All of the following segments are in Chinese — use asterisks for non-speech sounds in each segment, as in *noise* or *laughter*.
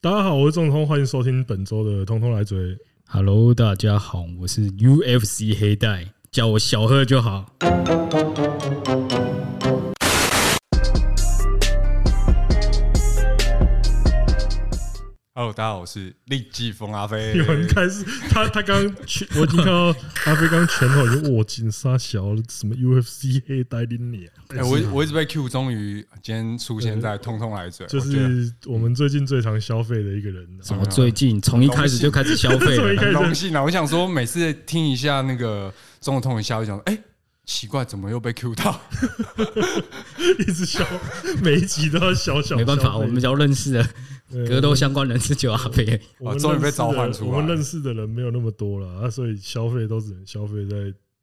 大家好，我是仲通，欢迎收听本周的《通通来追》。 Hello，大家好，我是 UFC 黑带，叫我小贺就好。 Hello，大家好，我是利季风阿飞。有人开始，他他刚刚 *laughs* 拳，我已经看到阿飞刚拳头就握紧沙小什么 UFC 黑带拎你、啊哎、我一我一直被 Q，终于今天出现在通通来嘴，就我觉得是我们最近最常消费的一个人、怎啊。么最近从一开始就开始消费 *laughs* 从一开了？很荣幸啊！我想说，每次听一下那个中国通一下，我想说，哎、奇怪，怎么又被 Q 到？一直消， *laughs* 每一集都要小小消费。没办法，我们只要认识的对格斗相关人士就阿飞。我们哦终于被认识的召唤出来我们认识的人没有那么多了啊，所以消费都只能消费在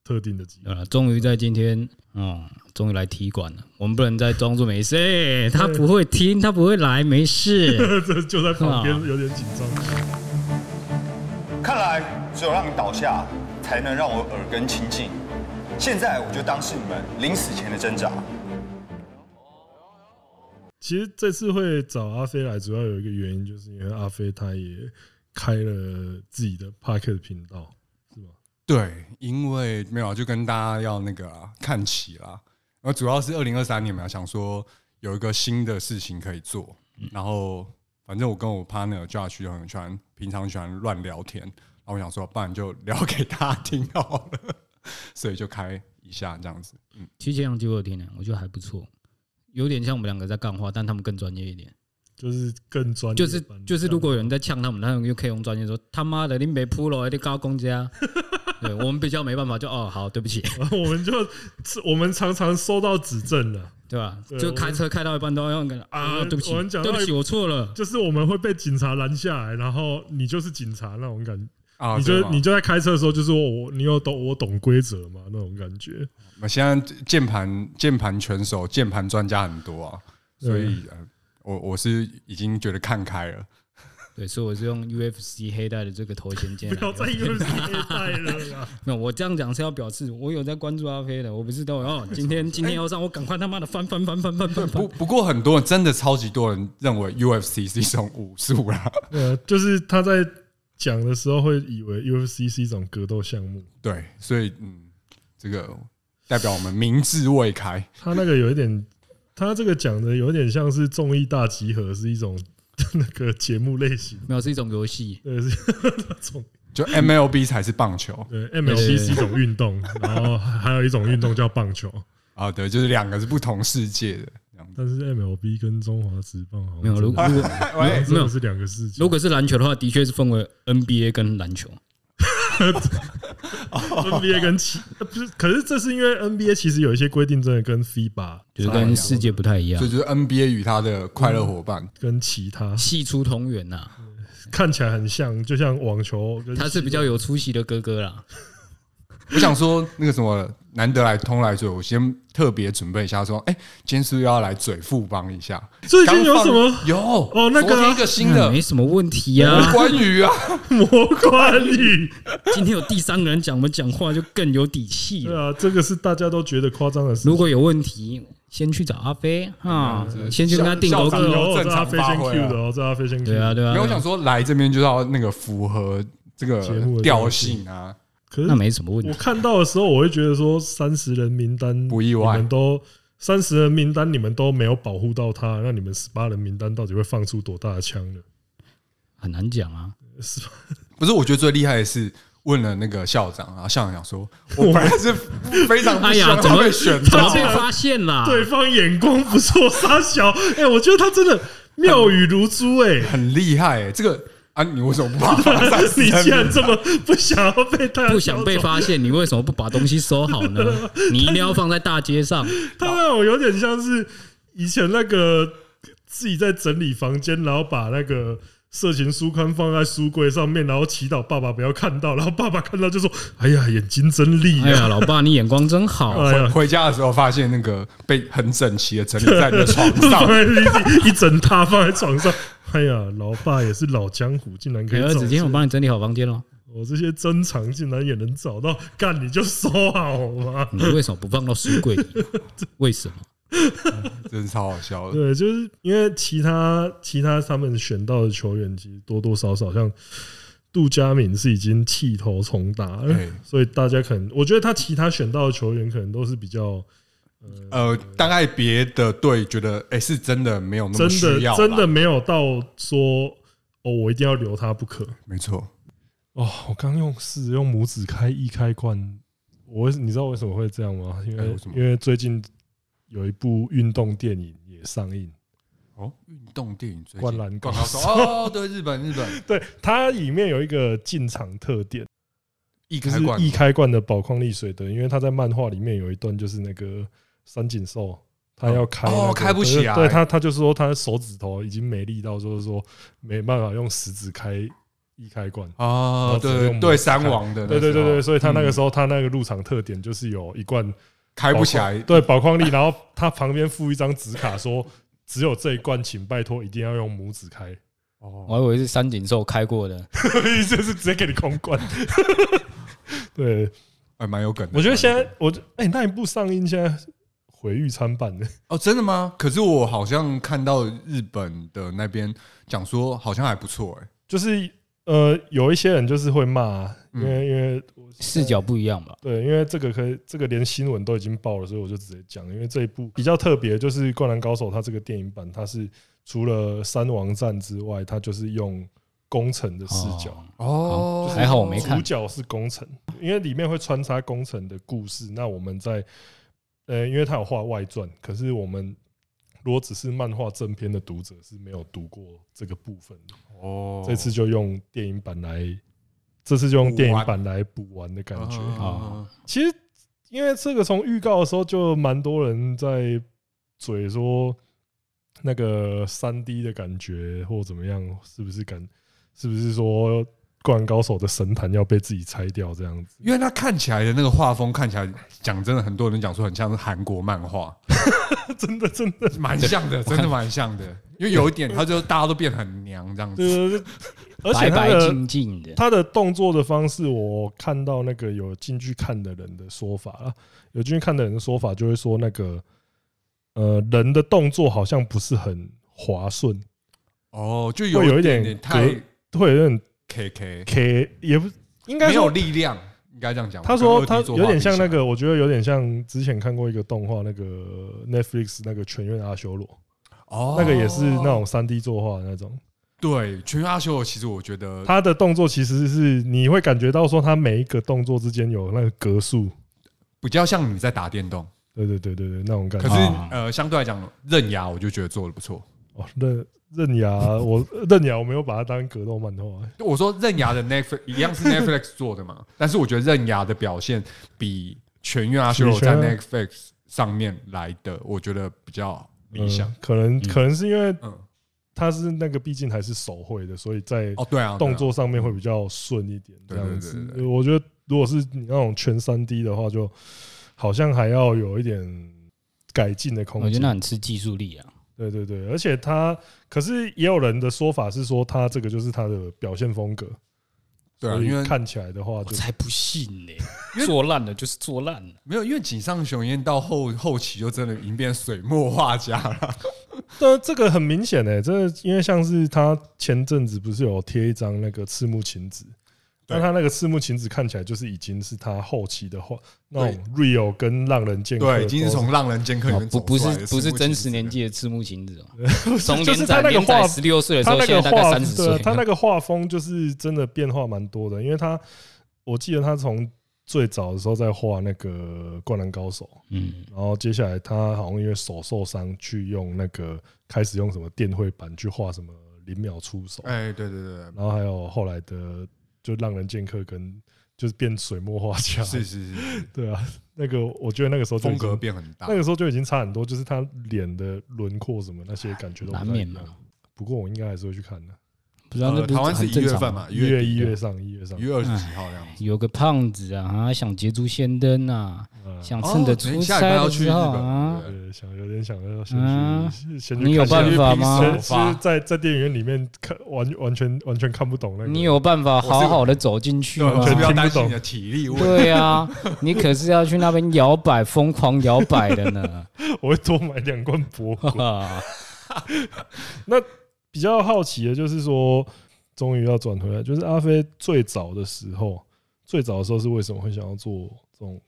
特定的集。好了，啊终于在今天，嗯，终于来踢馆了。我们不能再装作没事，哎他不会听，他不会来，*laughs* 没事。 *laughs* 这就在旁啊边有点紧张。看来只有让你倒下，才能让我耳根清净。现在我就当是你们临死前的挣扎。其实这次会找阿飞来，主要有一个原因，就是因为阿飞他也开了自己的 Pocket 频道，是吧？对，因为没有啊就跟大家要那个啊看齐啦。然后主要是二零二三年嘛，想说有一个新的事情可以做。嗯然后反正我跟我 partner Josh 就很喜欢，平常喜欢乱聊天。然后我想说，不然就聊给大家听好了， *laughs* 所以就开一下这样子。其实前两集我有听呢，我觉得还不错，有点像我们两个在干话，但他们更专业一点。就是更专业就是版就是，如果有人在呛他们，他们又可以用专业说他妈的，你没铺了，你高公家。啊 *laughs* 对我们比较没办法，就哦好，对不起，然后我们就 *laughs* 我们常常收到指啊正了，对吧对？就开车开到一半都要用个我啊，们对不起，我们讲对到不起，我错了。就是我们会被警察拦下来，然后你就是警察那种感觉，啊，你对就嘛你就在开车的时候就说我你有懂我懂规则吗？那种感 *laughs* 觉，我现在键盘键盘拳手、键盘专家很多啊，所以呃我我是已经觉得看开了。对，所以我是用 UFC 黑带的这个头衔进来不要再的。用黑带了啦。没有，我这样讲是要表示我有在关注阿飞的，我不是都有哦。今哎天今天要让我赶快他妈的翻翻翻翻翻翻翻不。不过很多人真的超级多人认为 UFC 是一种武 *laughs* 术啦，呃，就是他在讲的时候会以为 UFC 是一种格斗项目，对，所以嗯，这个代表我们明智未开。他那个有一点，他这个讲的有点像是综艺大集合，是一种 *laughs* 那个节目类型，没有，是一种游戏。对，是那种就 MLB 才是棒球对对对 MLB 是一种运动，然后还有一种运动叫棒球，啊，对，就是两个是不同世界的这样子。但是 MLB 跟中华职棒好像没有，如真的果如果喂，真的是两个世界如。果是篮球的话，的确是分为 NBA 跟篮球。 NBA 跟其呃不是，可是这是因为 NBA 其实有一些规定，真的跟 FIBA 就是跟世界不太一样这，就是 NBA 与他的快乐伙伴。跟其他系出同源呐、看起来很像，就像网球跟他是比较有出息的哥哥啦。我想说，那个什么，难得来通来嘴，我先特别准备一下，说，哎、今天是不是要来嘴富帮一下？最近有刚放什么有哦那个啊昨天一个新的没什么问题啊。关于啊， *laughs* 魔关羽。 *laughs* 今天有第三个人讲，我们讲话就更有底气对了。啊，这个是大家都觉得夸张的事情。如果有问题，先去找阿飞啊，先去跟他定校沟校通长。有有这正阿常哦飞发先挥啊 Q 的哦，这阿飞先 Q。对啊，，对啊没有我对想啊，说来这边就要那个符合这个节目的调性啊，可那是没什么问我题。看到的时候，我会觉得说三十人名单不意外你们都三十人名单你们都没有保护到他，那你们十八人名单到底会放出多大的枪呢？很难讲啊，是吧？不是？我觉得最厉害的是问了那个校长，然后校长 *laughs* 讲说，我本来是非常不哎希呀望，怎他么被选怎么到被，发现啊啦？对方眼光不错，傻小，哎，我觉得他真的妙语如珠， *laughs* 哎，很厉害、欸，这个啊，你为什么不把他放 *laughs* 你既然 *laughs* 这么不想要被他不想被发现，你为什么不把东西收好 *laughs* 呢？你一定要放在大街上。他那种有点像是以前那个自己在整理房间，然后把那个色情书刊放在书柜上面，然后祈祷爸爸不要看到，然后爸爸看到就说：“哎呀，眼睛真利啊哎呀、呀，老爸，你眼光真好。哎回呀，回家的时候发现那个被很整齐的整理在你的床放 *laughs* 上，在一一整沓放在床上。哎呀，老爸也是老江湖，竟然可哎以儿找子，今天我出帮你整理好房间喽。我这些珍藏竟然也能找到，干你就收好嘛！ *laughs* 你为什么不放到书柜里？为什么？真是超好笑的。对，就是因为其他其他他们选到的球员，其实多多少少像杜佳敏是已经气头重打了哎，所以大家可能我觉得他其他选到的球员可能都是比较呃，大概别的队觉得，哎、是真的没有那真么需的要啦，真的没有到说哦，我一定要留他不可。没错。哦，我刚用四用拇指开一开罐，我为你知道为什么会这样吗？因哎为为什么因为最近有一部运动电影也上映，哦，运动电影最近灌篮高灌手 *laughs* 哦，对，日本日本对它里面有一个进场特点。一就开是灌易开罐的宝矿力水的，因为他在漫画里面有一段就是那个三井寿，他要开、那个哦开不起来对他他就说他手指头已经没力到，就是说没办法用食指开易开罐。哦，对对，三王的那对时候，嗯对对对，所以他那个时候候他那个入场特点就是有一罐开不起宝来矿，对 *laughs* 宝矿力，然后他旁边附一张纸卡说。只有这一罐，请拜托一定要用拇指 *laughs* 开， *laughs* 哦，我还以为是三井寿开过的，就是直接给你空罐。 *laughs* 对，哎还蛮有梗的。我觉得现在我哎、那一部上映现在毁誉参半的，哦，真的吗？可是我好像看到日本的那边讲说，好像还不错哎。就是呃有一些人就是会骂，因为因为我视角不一样吧？对，因为这个可以这个连新闻都已经报了，所以我就直接讲，因为这一部比较特别，就是《灌篮高手》它这个电影版，它是除了三王战之外，它就是用工程的视角。哦哦还好我没看主角是工程，因为里面会穿插工程的故事。那我们在呃，因为他有画外传，可是我们如果只是漫画正片的读者是没有读过这个部分的。哦这次就用电影版来，这次就用电影版来补完的感觉。哦其实因为这个从预告的时候就蛮多人在嘴说那个三 D 的感觉或怎么样，是不是感是不是说《灌篮高手》的神坛要被自己拆掉这样子？因为它看起来的那个画风看起来，讲真的，很多人讲说很像是韩国漫画， *laughs* 真的真的，蛮像的，真的蛮像的。因为有一点，它就大家都变很娘这样子。就是而且白他白的净净的，他的动作的方式，我看到那个有进去看的人的说法啦，有进去看的人的说法就会说那个呃人的动作好像不是很滑顺，哦，就会有一一点点太格会有点 K K， K 也不应该没有说，力量，应该这样讲。他说跟他二 D 作画有点像比起那来，个，我觉得有点像之前看过一个动画，那个 Netflix 那个《全院阿修罗》，哦，那个也是那种三 D 作画的那种。对《全员阿修罗》，其实我觉得他的动作其实是你会感觉到说他每一个动作之间有那个格数，比较像你在打电动，对对对对对，那种感可觉是。啊呃，相对来讲，刃牙我就觉得做的不错。哦，刃刃牙，我 *laughs* 刃牙我没有把它当格斗漫画、我说刃牙的 Netflix *laughs* 一 *laughs* 样是 Netflix 做的嘛，但是我觉得刃牙的表现比《全员阿修罗》比在全员 Netflix 上面来的，我觉得比较理想嗯。可能可能是因为嗯，它是那个，毕竟还是手绘的，所以在哦，对啊，对啊动作上面会比较顺一点，这对对样子对对。呃我觉得如果是你那种全三 D 的话，就好像还要有一点改进的空我觉得那间。很吃技术力啊。对对对，而且他可是也有人的说法是说，他这个就是他的表现风格，对啊，所以因为看起来的话我就才不信呢、 *laughs* 做烂了就是做烂了，没有，因为井上雄彦到后后期就真的已经变水墨画 *laughs* 家了。但这个很明显诶，这因为像是他前阵子不是有贴一张那个赤木晴子，对那他那个赤木晴子看起来就是已经是他后期的话，那种 real 跟浪人剑客对，已经是都从《浪人剑客》里面走哦不不出来是的不是赤木晴子真实年纪的赤木晴 *laughs* 子哦、从就连是载他那个连载画十六岁的时他候，那现个在大概画三十对岁啊，， *laughs* 他那个画风就是真的变化蛮多的，因为他我记得他从最早的时候在画那个《灌篮高手嗯》，，呃然后接下来他好像因为手受伤，去用那个开始用什么电绘板去画什么零秒出手，哎，对对对 *laughs* 对，然后还有后来的就让人剑客跟就是变水墨画家，是是是是，对啊，那个我觉得那个时候就已风经格变很大那。个时候就已经差很多，就是他脸的轮廓什么那些感觉都不太难免啊一样嘛。不过我应该还是会去看的。不知道那呃不台湾是很一正月常份吗嘛，一月一底月上一月上嗯一，月二十几号这样子。有个胖子啊，他想捷足先登啊，嗯想趁着哦等出一下差礼拜要的去日时候本啊，呃，想有点想要先嗯去先去你有看一下啊办法吗其实先其实在在电影院里面看完完全完全看不懂那个，你有办法好好的走进去对，吗我？就不要担听心你不懂的体力问题。对啊，你可是要去那边摇摆、疯狂摇摆的 *laughs* 呢。啊我会多买两罐博哈果。 *laughs* 哈比较好奇的就是说，终于要转回来，就是阿飞最早的时候，最早的时候是为什么会想要做这种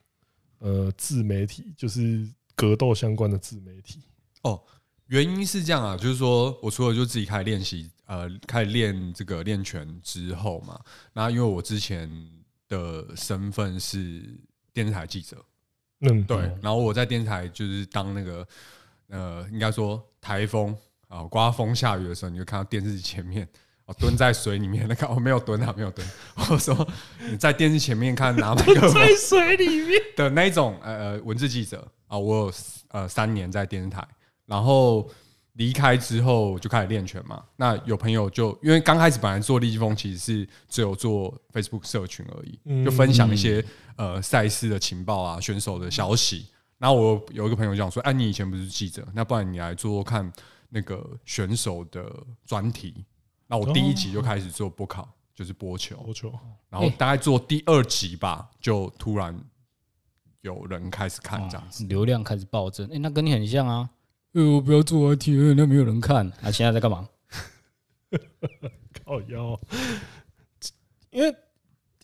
呃自媒体，就是格斗相关的自媒体？ *laughs* 原因是这样啊，就是说我除了就自己开始练习，呃，开始练这个练拳之后嘛，那因为我之前的身份是电视台记者，嗯，对，然后我在电视台就是当那个呃，应该说台风啊，刮风下雨的时候，你就看到电视机前面。 *laughs* 哦，蹲在水里面那个，我、没有蹲啊，没有蹲。 *laughs* 我说你在电视前面看拿麦克风水里面，的那一种呃文字记者啊，我有呃三年在电视台，然后离开之后就开始练拳嘛。那有朋友就因为刚开始本来做立即风其实是只有做 Facebook 社群而嗯已，就分享一些呃赛事的情报啊、选手的消息。然后我有一个朋友就讲说，哎、你以前不是记者，那不然你来做做看那个选手的专题。那我第一集就开始做播考，就是播球。我球，然后大概做第二集吧，就突然有人开始看这样子。哦流量开始暴增，哎，那跟你很像啊。呃，我不要做 IT，呃那没有人看。 *laughs* 啊，现在在干嘛？靠腰，哦 *laughs* 因为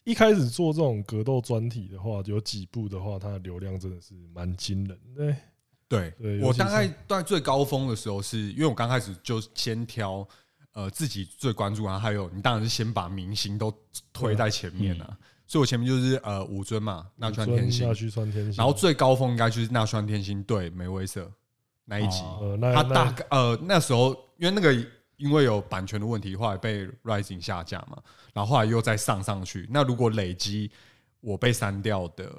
一开始做这种格斗专题的话，有几部的话，它的流量真的是蛮惊人的。对对尤我其是大概在最高峰的时候是，因为我刚开始就先挑呃自己最关注，然后还有你当然是先把明星都推在前面啊，所以我前面就是呃吴尊嘛，那川天嗯心那，去穿天星，然后最高峰应该就是那川天心对梅威瑟那一集，哦呃，那他大那概呃那时候因为那个因为有版权的问题，后来被 Rising 下架嘛，然后后来又再上上去。那如果累积我被删掉的，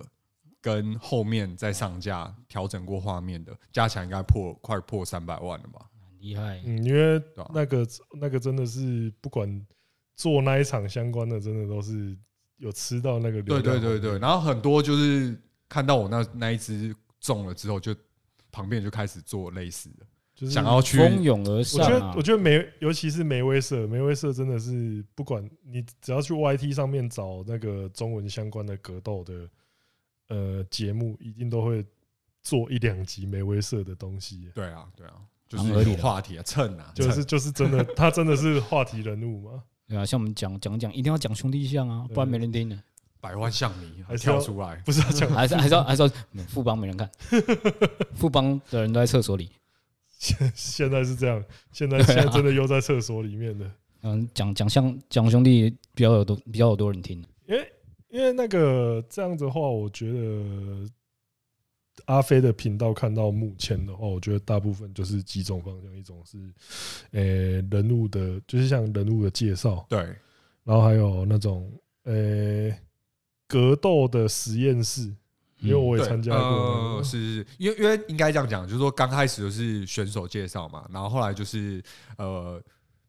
跟后面再上架调整过画面的，加起来应该破快破三百万了吧？很厉害，嗯，因为对吧那个那个真的是不管做那一场相关的，真的都是有吃到那个流对量。嗯对对对，然后很多就是看到我那那一只中了之后，就旁边就开始做类似的，就是想要去蜂拥而我觉上得啊，我！觉得梅，尤其是梅威瑟，梅威瑟真的是不管你只要去 YT 上面找那个中文相关的格斗的呃节目，一定都会做一两集梅威瑟的东西。对啊对啊，就蛮合是理有的话题啊，蹭啊，就是蹭就是真的，他真的是话题人物嘛，对啊，像我们讲讲讲，一定要讲兄弟相啊，不然没人听的。百万像迷还是要跳出来，不是啊要讲 *laughs* 还是还是要还是要嗯富邦没人看，富邦的人都在厕所里。现现在是这样，现在对啊现在真的又在厕所里面的。嗯，讲讲像讲兄弟比较有多比较有多人听。因为因为那个这样子的话，我觉得阿飞的频道看到目前的话，我觉得大部分就是几种方向，一种是呃、人物的，就是像人物的介绍，对。然后还有那种呃、格斗的实验室，因为我也嗯对，参加过那呃个，是是是，因为因为应该这样讲，就是说刚开始就是选手介绍嘛，然后后来就是呃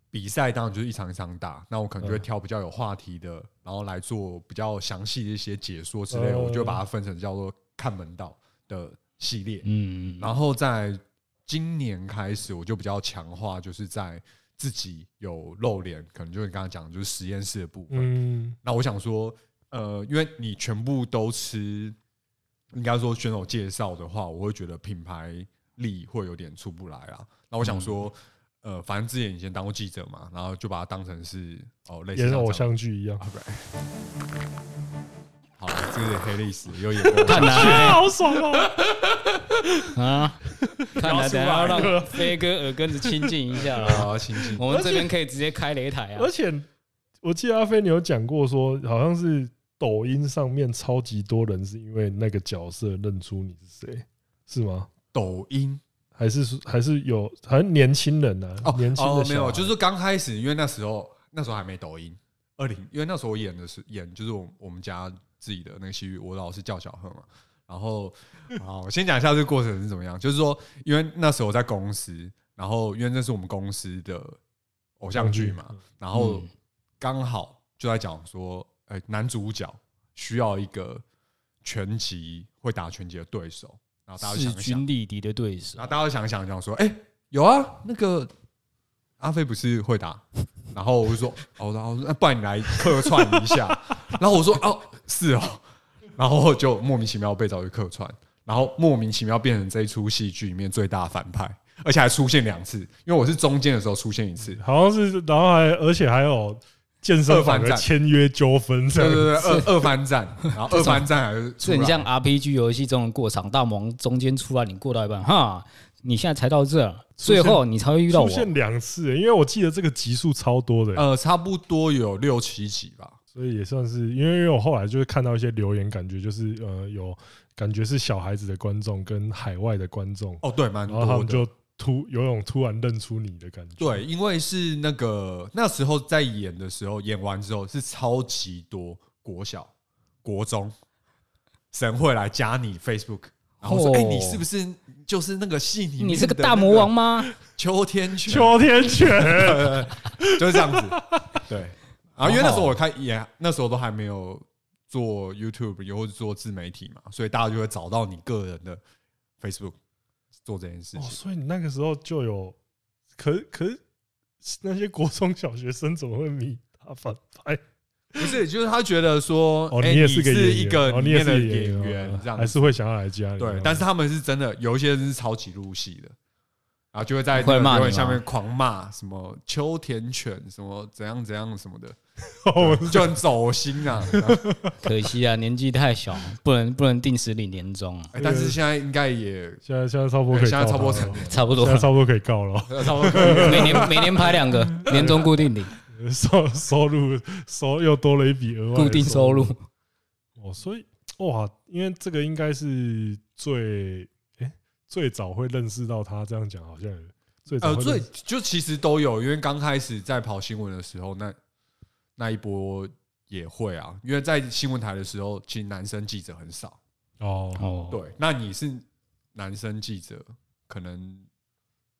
比赛，当然就是一场一场打，那我可能就会嗯挑比较有话题的，然后来做比较详细的一些解说之类的，嗯我就把它分成叫做看门道的系列。嗯，然后在今年开始，我就比较强化，就是在自己有露脸，可能就是你刚刚讲的就是实验室的部分，嗯，那我想说，呃，因为你全部都吃，应该说选手介绍的话，我会觉得品牌力会有点出不来啊。那我想嗯说，呃，反正之前以前当过记者嘛，然后就把它当成是哦，类似也是像偶这样。像剧一样，好，这是黑历史，有演 *laughs* 过。看来好爽哦！啊，看来出得来要让飞哥耳根子清静一 *laughs* 下了。啊，亲近我们这边可以直接开擂台啊而！且我记得阿飞你有讲过说，好像是抖音上面超级多人是因为那个角色认出你是谁，是吗？抖音还是说还是有，好像年轻人呢、啊？哦年轻的哦，小没孩有，就是刚开始，因为那时候那时候还没抖音，二零，因为那时候我演的是演就是我我们家自己的那个戏剧，我老是叫小贺嘛。然后， *laughs* 好，我先讲一下这个过程是怎么样，就是说，因为那时候我在公司，然后因为那是我们公司的偶像剧嘛，然后嗯刚好就在讲说，哎，男主角需要一个拳击会打拳击的对手，然后大家就势想一想均，力敌的对手然，后大家就想一想想说，哎、有啊，那个阿飞不是会打？然后我就说，哦，然后那不然你来客串一下。 *laughs* 然后我说，哦，是哦。然后就莫名其妙被找去客串，然后莫名其妙变成这一出戏剧里面最大的反派，而且还出现两次，因为我是中间的时候出现一次，好像是，然后还而且还有健身房二反的战签约纠纷这对样对子，对，二二番战，然后二番战还是出是来很像 RPG 游戏这种过场，大魔王中间出来，你过到一半，哈，你现在才到这，最后你才会遇到出我。现两次、欸因为我记得这个集数超多的、呃，差不多有六七集吧。所以也算是因为因为我后来就是看到一些留言，感觉就是呃有感觉是小孩子的观众跟海外的观众，哦，对，蛮然后他多们的。就突有种突然认出你的感觉，对，因为是那个那时候在演的时候，演完之后是超级多国小、国中神会来加你 Facebook，然后说：“哦哎、你是不是就是那个戏里面你是个的大那魔王吗？邱天泉？秋天犬 *laughs* 就是这样子。”对，啊，因为那时候我看也那时候都还没有做 YouTube，又或是做自媒体嘛，所以大家就会找到你个人的 Facebook 做这件事哦，情。所以你那个时候就有，可可是那些国中小学生怎么会迷大反派？不是，就是他觉得说，哦，哎也是是个演一员，个哦，里你也是面的个演哦员，这样还是会想要来啊加你。对，但是他们是真的，有一些人是超级入戏的，然后就会在会那骂个你留言下吗面狂骂什么秋田犬，什么怎样怎样什么 *laughs* 的，哦就很走心 *laughs* 啊。可惜啊，年纪太小，不能不能定时领年终，哎但是现在应该也现在现在差不多可对以哎现告他了，在差不多成年，差不多现在差不多可以告了， *laughs* 差不多可以了每年每年排两 *laughs* 个，年终固定领，收收入收又多了一笔额外的固定收入。哦，所以哇，因为这个应该是最哎、最早会认识到他，这样讲好像也最早呃，会最认识就其实都有，因为刚开始在跑新闻的时候，那那一波也会啊，因为在新闻台的时候，其实男生记者很少。哦哦，对，那你是男生记者，可能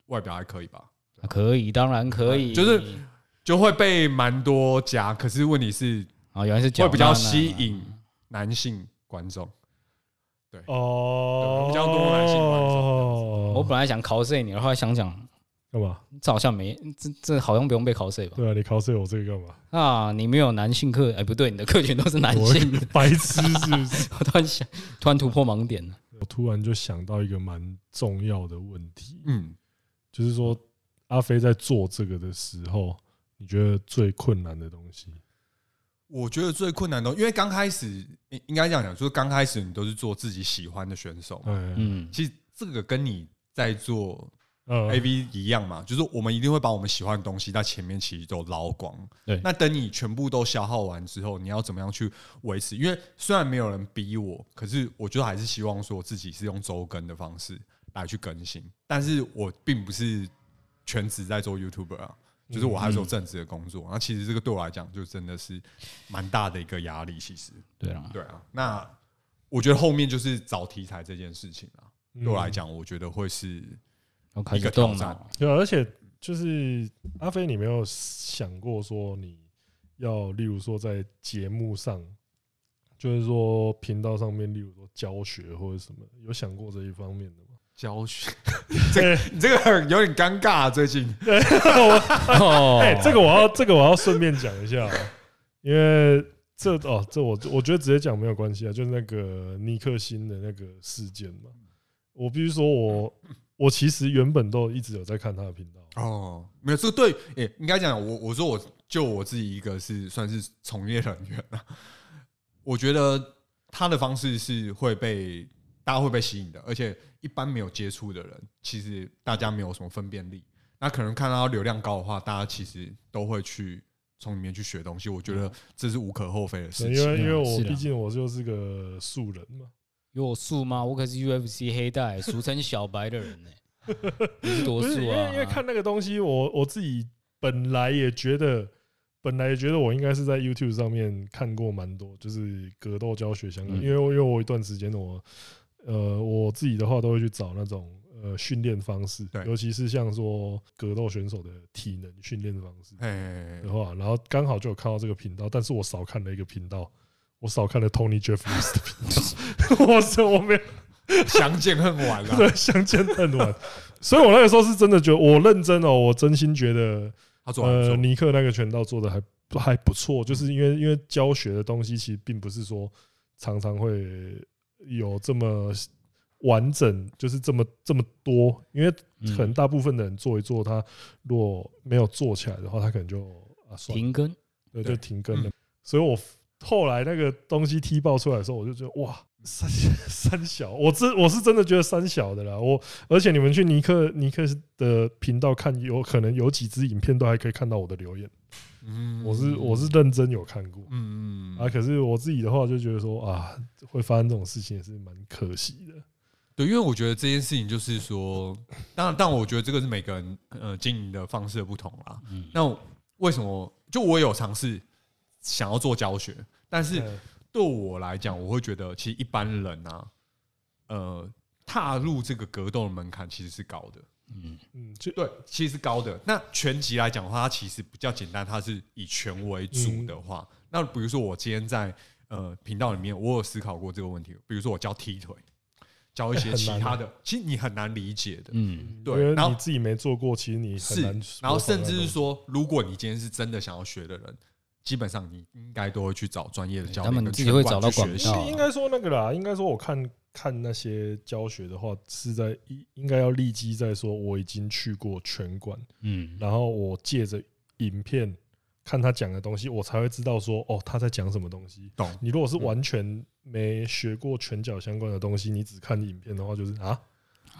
外表还可以吧，可以，当然可以，就是就会被蛮多家。可是问题是，啊，原来是会比搅拌较啊吸引男性观众。哦，比较多男性观众这哦，我本来想 cos 你，后来想想，干嘛？这好像没，这这好像不用被 cos 吧？对啊，你 cos 我这个干嘛？啊，你没有男性客，哎，不对，你的客群都是男我性的。白痴是不是？我突然想，突然突破盲点了。我突然就想到一个蛮重要的问题，嗯，就是说阿飞在做这个的时候，你觉得最困难的东西？我觉得最困难的，因为刚开始应应该这样讲，就是刚开始你都是做自己喜欢的选手嘛。嗯嗯，其实这个跟你在做嗯 A V 一样嘛，就是我们一定会把我们喜欢的东西在前面其实都捞光。对那等你全部都消耗完之后，你要怎么样去维持？因为虽然没有人逼我，可是我就还是希望说自己是用周更的方式来去更新。但是我并不是全职在做 YouTuber 啊，就是我还是有正职的工作。那其实这个对我来讲，就真的是蛮大的一个压力。其实，对了，对啊，那我觉得后面就是找题材这件事情啊，嗯对我来讲，我觉得会是我开一始个动挑战了。对啊，而且就是阿飞，你没有想过说你要，例如说在节目上，就是说频道上面，例如说教学或者什么，有想过这一方面的吗？教学， *laughs* 这个你这个有点尴尬、啊。最近 *laughs* *laughs* 哦，哎、这个我要，这个我要顺便讲一下、啊，因为这哦，这我我觉得直接讲没有关系啊，就是那个尼克星的那个事件嘛。我必须说我，我其实原本都一直有在看他的频道，哦，没有这个对，也、应该讲我我说我就我自己一个是算是从业人员啊，我觉得他的方式是会被大家会被吸引的，而且一般没有接触的人，其实大家没有什么分辨力。那可能看到流量高的话，大家其实都会去从里面去学东西。我觉得这是无可厚非的嗯对事因情。为因为我是啊毕竟我就是个素人嘛。有素吗？我可是 UFC 黑带，俗称小白的 *laughs* 人呢、你是多不是素因为啊？因为看那个东西，我我自己本来也觉得，本来也觉得我应该是在 YouTube 上面看过蛮多，就是格斗教学相关，嗯因为我因为我有一段时间我呃我自己的话都会去找那种呃训练方式对，尤其是像说格斗选手的体能训练方式哎，的话，然后刚好就有看到这个频道，但是我少看了一个频道。我少看了 Tony Jeffries 的频道，我 *laughs* 操，我没有相见恨晚啊 *laughs* 对，相见恨晚， *laughs* 所以我那个时候是真的觉得，我认真哦，我真心觉得，他做嗯完呃，做，尼克那个拳道做的还不还不错，就是因为因为教学的东西其实并不是说常常会有这么完整，就是这么这么多，因为嗯可能大部分的人做一做，他如果没有做起来的话，他可能就啊算了，停更，对，对嗯就停更了。所以我 f- 后来那个东西踢爆出来的时候，我就觉得 *laughs* 哇，三三小，我真我是真的觉得三小的啦。我而且你们去尼克尼克的频道看，有可能有几支影片都还可以看到我的留言。嗯我是我是认真有看过嗯嗯啊，可是我自己的话就觉得说啊，会发生这种事情也是蛮可惜的。对，因为我觉得这件事情就是说，当然，但我觉得这个是每个人呃经营的方式的不同啦。那我为什么？就我有尝试想要做教学，但是嗯对我来讲，我会觉得其实一般人啊，呃，踏入这个格斗的门槛其实是高的。嗯，就对，其实是高的。那拳击来讲的话，它其实比较简单，它是以拳为嗯主的话，那比如说我今天在呃频道里面，我有思考过这个问题，比如说我教踢腿，教一哎些其哦他的，其实你很难理解的。嗯，因对为然后你自己没做过，其实你很是难。，然后甚至是，说，如果你今天是真的想要学的人，基本上你应该都会去找专业的教练，他们跟自己会拳找馆到去管学习道。应该说那个啦，应该说我看看那些教学的话，是在应应该要立基在说我已经去过拳馆，嗯，然后我借着影片看他讲的东西，我才会知道说哦他在讲什么东西。懂？啊你如果是完全没学过拳脚相关的东西，你只看影片的话，就是啊，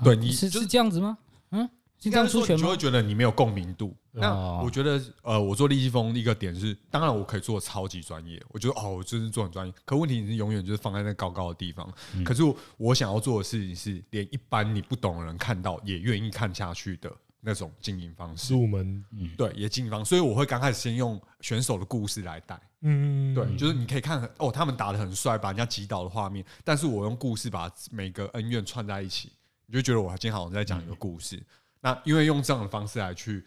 对你是就是这样子吗？嗯，是这应该样说出拳你就吗会？觉得你没有共鸣度。那哦我觉得，呃，我做立基风一个点是，当然我可以做超级专业，我觉得哦，我真是做很专业。可问题你是永远就是放在那高高的地方。嗯可是我我想要做的事情是，连一般你不懂的人看到也愿意看下去的那种经营方嗯式，入门，对，也经营方式。所以我会刚开始先用选手的故事来带，嗯，对，就是你可以看很哦，他们打的很帅，把人家击倒的画面，但是我用故事把每个恩怨串在一起，你就觉得我今天好像在讲一个故事。那因为用这样的方式来去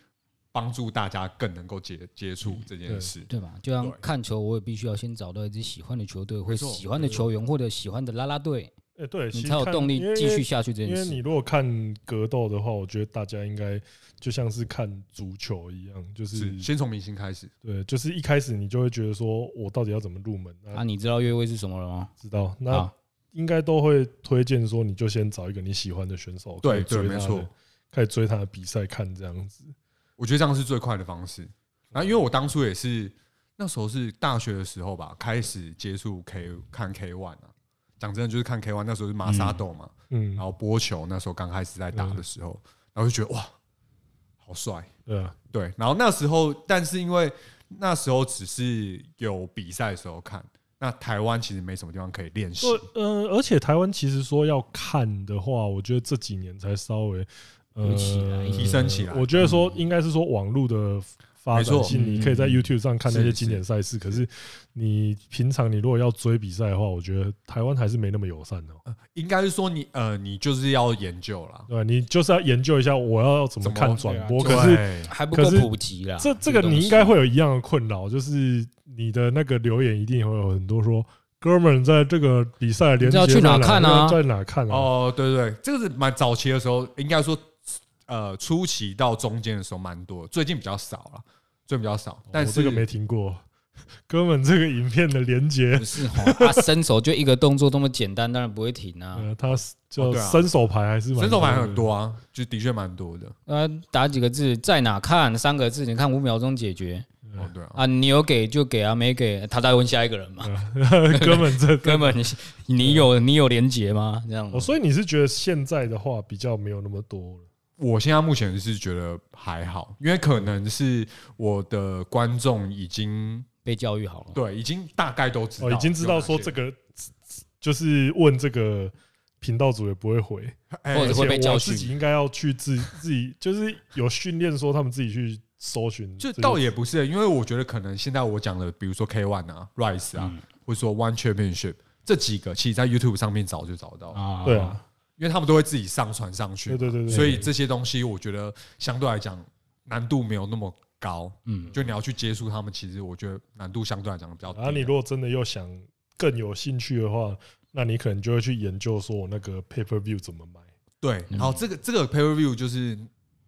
帮助大家更能够接接触这件事，对吧？就像对看球，我也必须要先找到一支喜欢的球队，或没错喜欢的球员，或者喜欢的啦啦队，哎对，你其实才有看动力因为继续下去这因件为你事。如果看格斗的话，我觉得大家应该就像是看足球一样，就是是先从明星开始。对，就是一开始你就会觉得说我到底要怎么入门，啊，那你知道越位是什么了吗？知道那啊，应该都会推荐说，你就先找一个你喜欢的选手，开对始追对他的没错，开始追他的比赛看这样子，我觉得这样是最快的方式。然后因为我当初也是那时候是大学的时候吧，开始接触 K 看 K One 啊，讲真的就是看 K One，那时候是马沙斗嘛，嗯然，后波球那时候刚开始在打的时候，然后就觉得哇，好帅。对啊，对，然后那时候，但是因为那时候只是有比赛的时候看，那台湾其实没什么地方可以练习。对，呃，而且台湾其实说要看的话，我觉得这几年才稍微呃有起来提升起来我觉得说应该是说网络的发没展错性，你可以在 YouTube 上看那些经典赛事。可是你平常你如果要追比赛的话，我觉得台湾还是没那么友善的、应该是说你呃，你就是要研究啦，对，你就是要研究一下我要怎么看转播。对可是还不可够是普及啊啦。这这个东你西应该会有一样的困扰，就是你的那个留言一定会有很多说。哥们，在这个比赛连接你知道去哪看啊在哪看啊？哦，对对对，这个是蛮早期的时候，应该说呃初期到中间的时候蛮多，最近比较少了，最近比较少。但我是哦这个没听过。哥们，这个影片的连接不，是哈，他伸手就一个动作这么简单，当然不会停啊。呃，它是叫哦对啊伸手牌还是蛮伸手牌很多啊，就的确蛮多的。呃，打几个字，在哪看三个字，你看五秒钟解决嗯哦，对啊，啊。你有给就给啊，没给他再问下一个人嘛。嗯 *laughs* 的。哥们，这 *laughs* 根本你你有你有连结吗？这样哦，所以你是觉得现在的话比较没有那么多了？哦我现在目前是觉得还好，因为可能是我的观众已经被教育好了。对已经大概都知道，哦，已经知道说这个，个就是问这个频道主也不会回，哎或者会被而且教我训自己应该要去自自己就是有训练说他们自己去搜寻这就些，倒也不是，因为我觉得可能现在我讲的，比如说 K One 啊、Rise 嗯啊，或者说 One Championship 这几个，其实在 YouTube 上面早就找到了，啊对，啊，因为他们都会自己上传上去嘛，对对对对对所以这些东西我觉得相对来讲难度没有那么高，嗯，就你要去接触他们，其实我觉得难度相对来讲比较低。然后你如果真的又想更有兴趣的话，那你可能就会去研究说我那个 pay per view 怎么买。对，嗯好，这个这个 pay per view 就是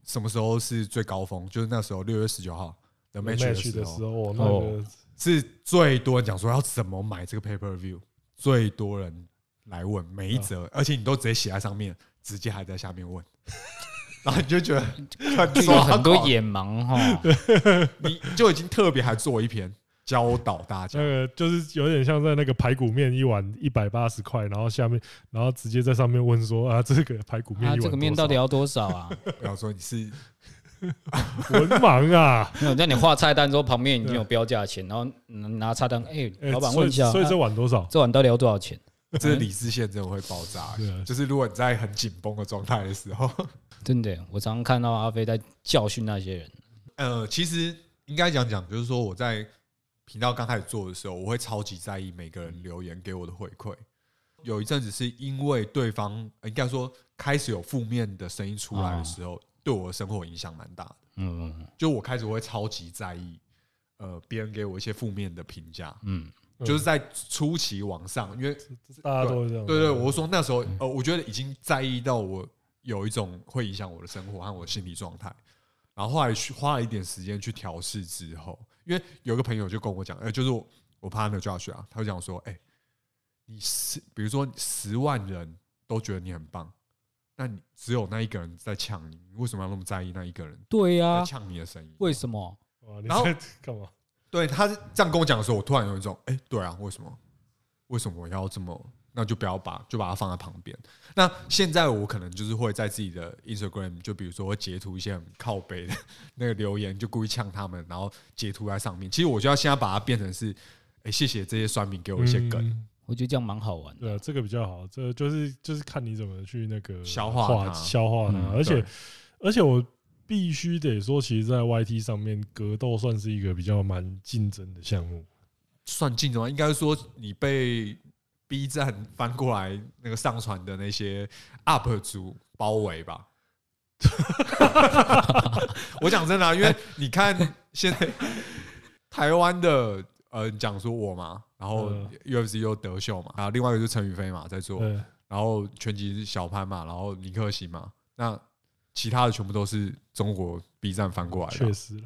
什么时候是最高峰？就是那时候六月十九号的 match 的 match 时的候哦时，候，那个是最多人讲说要怎么买这个 pay per view，最多人来问每一嗯则，而且你都直接写在上面，直接还在下面问， *laughs* 然后你就觉得就 *laughs* 很有很多眼，眼 *laughs* 盲哈。你就已经特别还做一篇教导大家 *laughs* 那，个就是有点像在那个排骨面一碗一百八十块，然后下面然后直接在上面问说啊，这个排骨面一啊，碗这个面到底多要多 *laughs* 少啊？然后说你是少文盲啊？没有，在你画菜单之后，旁边已经有标价钱，然后拿拿菜单，哎，哎 *laughs* 老板问一下，所以所以这啊碗多少？这碗到底要多少钱？这理智线真的会爆 *laughs* 炸对啊，就是如果你在很紧绷的状态的时候，真的，我常常看到阿飞在教训那些人。呃，其实应该讲讲，就是说我在频道刚开始做的时候，我会超级在意每个人留言给我的回馈。有一阵子是因为对方呃应该说开始有负面的声音出来的时候，对我的生活影响蛮大的。嗯嗯就我开始会超级在意，呃，别人给我一些负面的评价，嗯，就是在初期往上，因为大家都会这样。对对，我说那时候呃，我觉得已经在意到我有一种会影响我的生活和我的心理状态，然后后来去花了一点时间去调试之后，因为有一个朋友就跟我讲，呃，就是我我 partner Josh 啊，他就讲说，哎、你十，比如说十万人都觉得你很棒，那你只有那一个人在呛你，你为什么要那么在意那一个人对呀在，呛你的声音？为什么？哇，你然后在干嘛？对，他是这样跟我讲的时候，我突然有一种，哎、对啊，为什么？为什么我要这么？那就不要把就把它放在旁边。那现在我可能就是会在自己的 Instagram，就比如说会截图一些很靠北的 *laughs* 那个留言，就故意呛他们，然后截图在上面。其实我就要现在把它变成是，哎、谢谢这些酸民给我一些梗，嗯，我觉得这样蛮好玩的。对啊，这个比较好，这就是就是看你怎么去那个消化化它消化它，嗯而且对而且我必须得说，其实，在 YT 上面格斗算是一个比较蛮竞争的项目，算竞争吗？应该说你被 B 站翻过来那个上传的那些 UP 主包围吧。 *laughs* 我讲真的、啊，因为你看现在呃台湾的呃，你讲说我嘛，然后嗯 UFC 又德秀嘛，然后另外一个就是陈宇飞嘛在做，对，然后拳击是小潘嘛，然后尼克西嘛，那其他的全部都是中国 B 站翻过来确的，实了。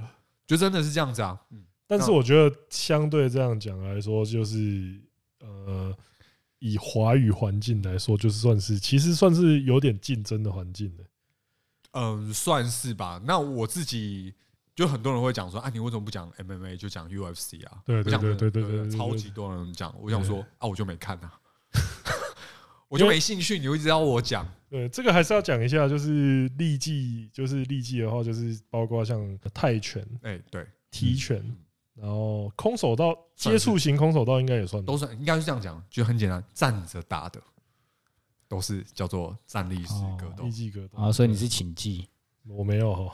就真的是这样子啊。嗯，但是我觉得相对这样讲来说，就是呃，以华语环境来说，就是算是其实算是有点竞争的环境的。嗯，算是吧。那我自己就很多人会讲说，啊，你为什么不讲 MMA 就讲 UFC 啊？对我讲对对对真的对对对超对级多人讲。我想说啊，我就没看 *laughs* 啊，我就没兴趣，你会一直要我讲。对，这个还是要讲一下，就是力技，就是力技的话，就是包括像泰拳、哎，对，踢拳，然后空手道算接是触型空手道应该也算吧都是应该是这样讲，就很简单，站着打的都是叫做站立式格斗力。技格斗啊，所以你是请记，我没有哈，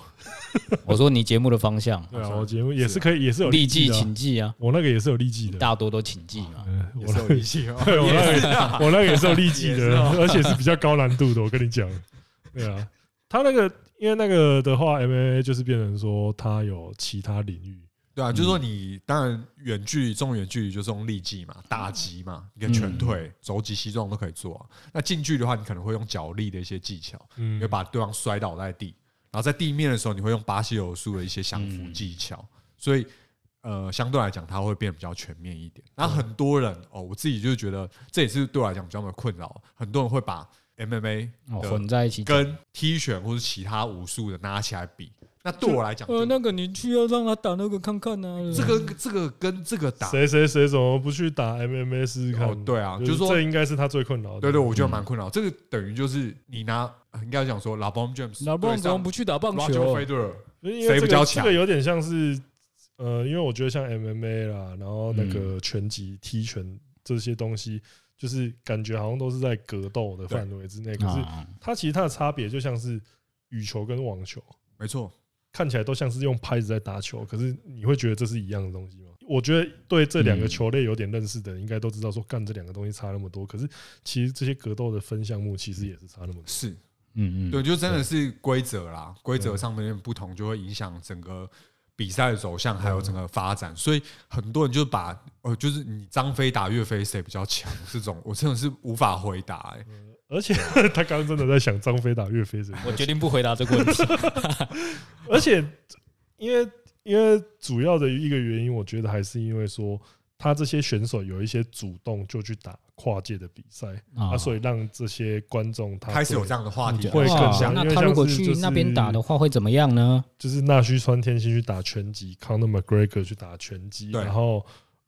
我说你节目的方向，对啊，好像我节目也是是啊可以，也 *laughs* 是有立技即的啊请记啊，我那个也是有力技的，大多都请记嘛。嗯也我是那有个力气哦， *laughs* 对我那个也是啊我那个也是有力技也是的哦，而且是比较高难度的。我跟你讲，对啊，他那个因为那个的话，MMA 就是变成说他有其他领域，对啊，就是嗯说你当然远距离、中远距离就是用力技嘛、打击嘛，你的嗯拳腿、肘击、膝撞都可以做啊。那近距离的话，你可能会用脚力的一些技巧，嗯你会把对方摔倒在地，然后在地面的时候，你会用巴西柔术的一些降嗯服技巧。所以，呃，相对来讲，它会变得比较全面一点。那很多人哦，我自己就觉得这也是对我来讲比较的困扰，啊很多人会把 MMA 哦，的混在一起讲。跟踢拳或是其他武术的拿起来比。那对我来讲，呃，就那个你去要让他打那个看看啊。这个这个跟这个打谁谁谁怎么不去打 MMA 试试哦看？对啊就就是说这应嗯该是他最困扰的。对对，我觉得蛮困扰。这个等于就是你拿，应该讲说 l a b r o n James，那不然怎么不去打棒 r 球啊 o？d e 因为这谁个比较这强个有点像是呃，因为我觉得像 MMA 啦，然后那嗯个拳击、踢拳这些东西，就是感觉好像都是在格斗的范围之内，可是啊，它其实它的差别就像是羽球跟网球。没错，看起来都像是用拍子在打球，可是你会觉得这是一样的东西吗？我觉得对这两个嗯球类有点认识的人，应该都知道说干这两个东西差那么多，可是其实这些格斗的分项目其实也是差那么多。是嗯嗯，对，就真的是规则啦，规则上面不同就会影响整个比赛的走向，还有整个发展。所以很多人就把呃，就是你张飞打岳飞谁比较强这种，我真的是无法回答、欸。而且 *laughs* 他刚刚真的在想张飞打岳飞这个，我决定不回答这个问 *laughs* 题。而且因为因为主要的一个原因，我觉得还是因为说他这些选手有一些主动就去打跨界的比赛啊啊，所以让这些观众他开始有会这样的话题，嗯会更哇像那因为他如果像是去就是那边打的话，会怎么样呢？就是纳须川天心去打拳击，Conor McGregor 去打拳击，对然后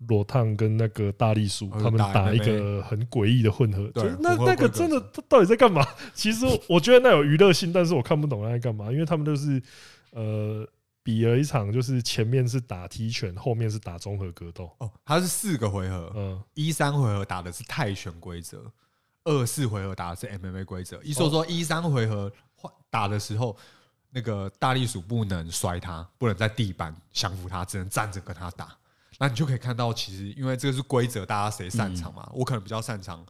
罗烫跟那个大力鼠呃他们打打一个很诡异的混合，对就是那混合那个混合真的他到底在干嘛？ *laughs* 其实我觉得那有娱乐性，但是我看不懂他在干嘛，因为他们都是呃比了一场，就是前面是打踢拳，后面是打综合格斗，哦，他是四个回合，嗯，一三回合打的是泰拳规则，二四回合打的是 MMA 规则。意思说一三回合换打的时候，那个大力鼠不能摔他，不能在地板降服他，只能站着跟他打。那你就可以看到，其实因为这个是规则，大家谁擅长嘛？我可能比较擅长，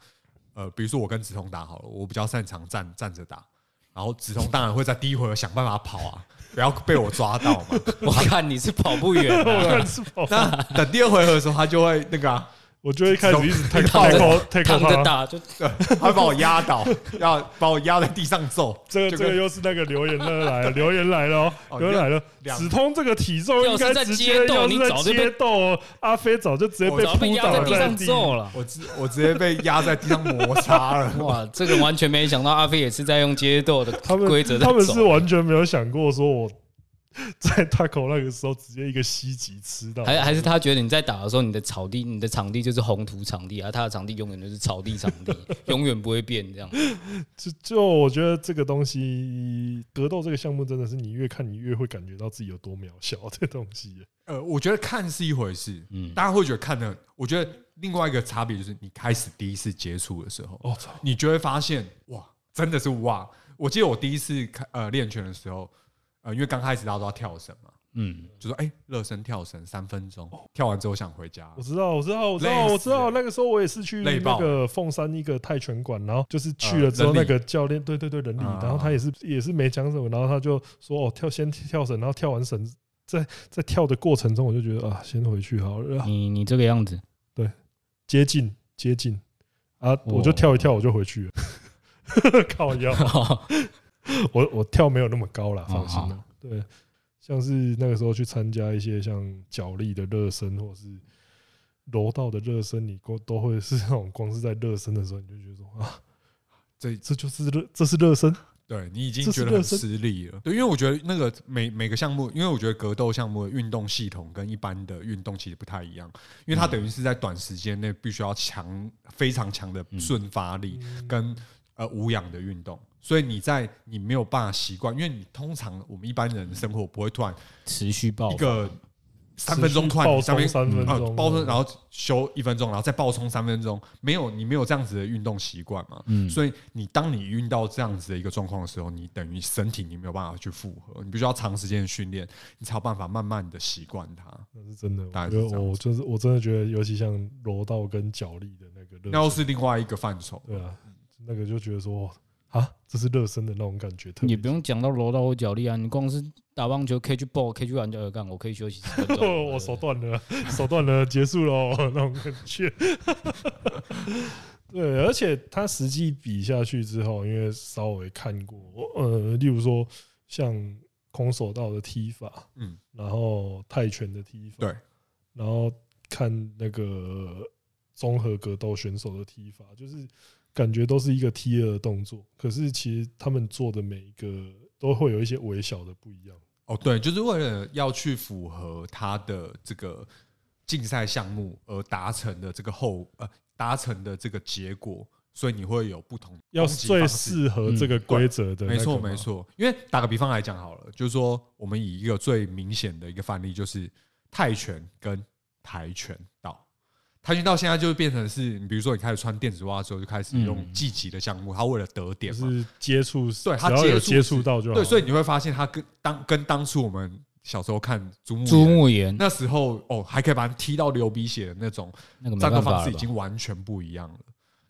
呃，比如说我跟梓潼打好了，我比较擅长站站着打。然后梓潼当然会在第一回合想办法跑啊，不要被我抓到嘛。我看你是跑不远 *laughs* 啊我啊的，看是跑，那等第二回合的时候，他就会那个、啊，我就会开始一直太躺太着靠太靠躺着他，打就对，他会把我压倒，要把我压在地上揍。这个就这跟个又是那个留言那个来了，留言来 *laughs* 了哦，哦留言来了。两子通这个体重应该直接要是在街斗要你是早在就被街斗哦，阿飞早就直接被早被扑压在倒地上揍了。了。我直我直接被压在地上摩擦了。哇，这个完全没想到，阿飞也是在用街斗的他规们则在他们是走。完全没有想过说我在 taco 那个时候直接一个西极吃到，还还是他觉得你在打的时候，你的草地、你的场地就是红土场地啊，他的场地永远都是草地场 *laughs* 地，永远不会变这样。就就我觉得这个东西格斗这个项目真的是你越看你越会感觉到自己有多渺小这东西。 *laughs* 呃，我觉得看是一回事，嗯大家会觉得看的，我觉得另外一个差别就是，你开始第一次接触的时候，哦操！你就会发现，哇，真的是哇！我记得我第一次开呃练拳的时候，呃，因为刚开始大家都要跳绳嘛，嗯，就说哎，热身跳绳三分钟，跳完之后想回家我，知道，我知道，我知道，啊累死我知道。那个时候我也是去累那爆个凤山一个泰拳馆，然后就是去了之后，呃人那力个教练，对对对，人力啊，然后他也是也是没讲什么，然后他就说哦，跳先跳绳，然后跳完绳，在在跳的过程中，我就觉得啊，先回去好了，啊你你这个样子，接近接近啊，哦我就跳一跳，我就回去了。 *laughs* 靠 *laughs* 腰，我我跳没有那么高哦啦，放心啦。对，像是那个时候去参加一些像脚力的热身，或是柔道的热身，你都都会是那种光是在热身的时候，你就觉得说啊，这这就是热，这是热身。对你已经这是觉得很热身吃力了。对，因为我觉得那个每每个项目，因为我觉得格斗项目的运动系统跟一般的运动其实不太一样，因为嗯它等于是在短时间内必须要强非常强的嗯瞬发力跟呃无氧的运动，所以你在你没有办法习惯，因为你通常我们一般人生活不会突然持续爆发，一个三分钟突然爆上面冲三分啊，钟，爆冲，然后休一分钟，然后再爆冲三分钟，没有你没有这样子的运动习惯嘛，嗯所以你当你运到这样子的一个状况的时候，你等于身体你没有办法去负荷，你必须要长时间的训练，你才有办法慢慢的习惯它。那是真的。大我概觉得是这样子我就是我真的觉得，尤其像柔道跟脚力的那个热那又身，是另外一个范畴，对啊，那个就觉得说啊，这是热身的那种感觉，特别你不用讲到柔道或脚力啊，你光是打棒球 catch ball catch 完就干，我可以休息十分 *laughs* 钟。我手断了，手断了，结束了，哦那种感觉。 *laughs* 对，而且他实际比下去之后，因为稍微看过，呃，例如说像空手道的踢法，嗯，然后泰拳的踢法，对，然后看那个综合格斗选手的踢法，就是感觉都是一个踢二的动作，可是其实他们做的每一个都会有一些微小的不一样。哦，对，就是为了要去符合他的这个竞赛项目而达成的这个后呃达成的这个结果，所以你会有不同的要攻击最方式嗯适合这个规则的、没错，没。错。因为打个比方来讲好了，就是说我们以一个最明显的一个范例，就是泰拳跟跆拳道。跆拳道现在就变成是，你比如说你开始穿电子袜之后，就开始用积极的项目，它为了得嗯就点嘛，是接触，对只他要有接触接触到就好。对，所以你会发现它跟当跟当初我们小时候看珠穆朱演木炎那时候哦，还可以把人踢到流鼻血的那种那个没战斗办方法式了已吧，经完全不一样了。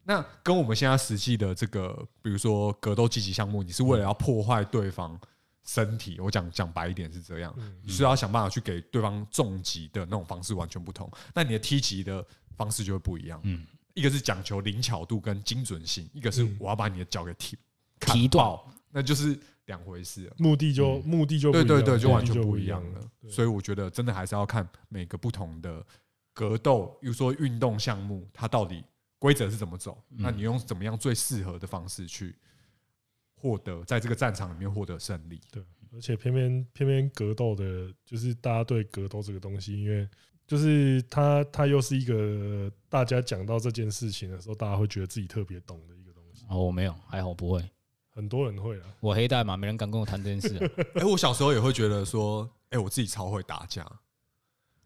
那跟嗯我们现在实际的这个，比如说格斗积极项目，你是为了要破坏对方身体，我讲讲白一点是这样，嗯你需要想办法去给对方重击的那种方式完全不同，那你的踢击的方式就会不一样。嗯，一个是讲求灵巧度跟精准性，一个嗯是我要把你的脚给踢砍踢断爆，那就是两回事了。目的就目的就不对一样对对，目的就就完全不不一样了了。。对所以我觉得真的还是要看每个不同的格斗，比如说运动项目，它到底规则是怎么走，那你用怎么样最适合的方式去获得在这个战场里面获得胜利。对，而且偏偏偏偏格斗的，就是大家对格斗这个东西，因为就是它它又是一个大家讲到这件事情的时候，大家会觉得自己特别懂的一个东西，哦，我没有，还好不会。很多人会啊。我黑带嘛，没人敢跟我谈这件事、啊。哎，我小时候也会觉得说，哎，我自己超会打架。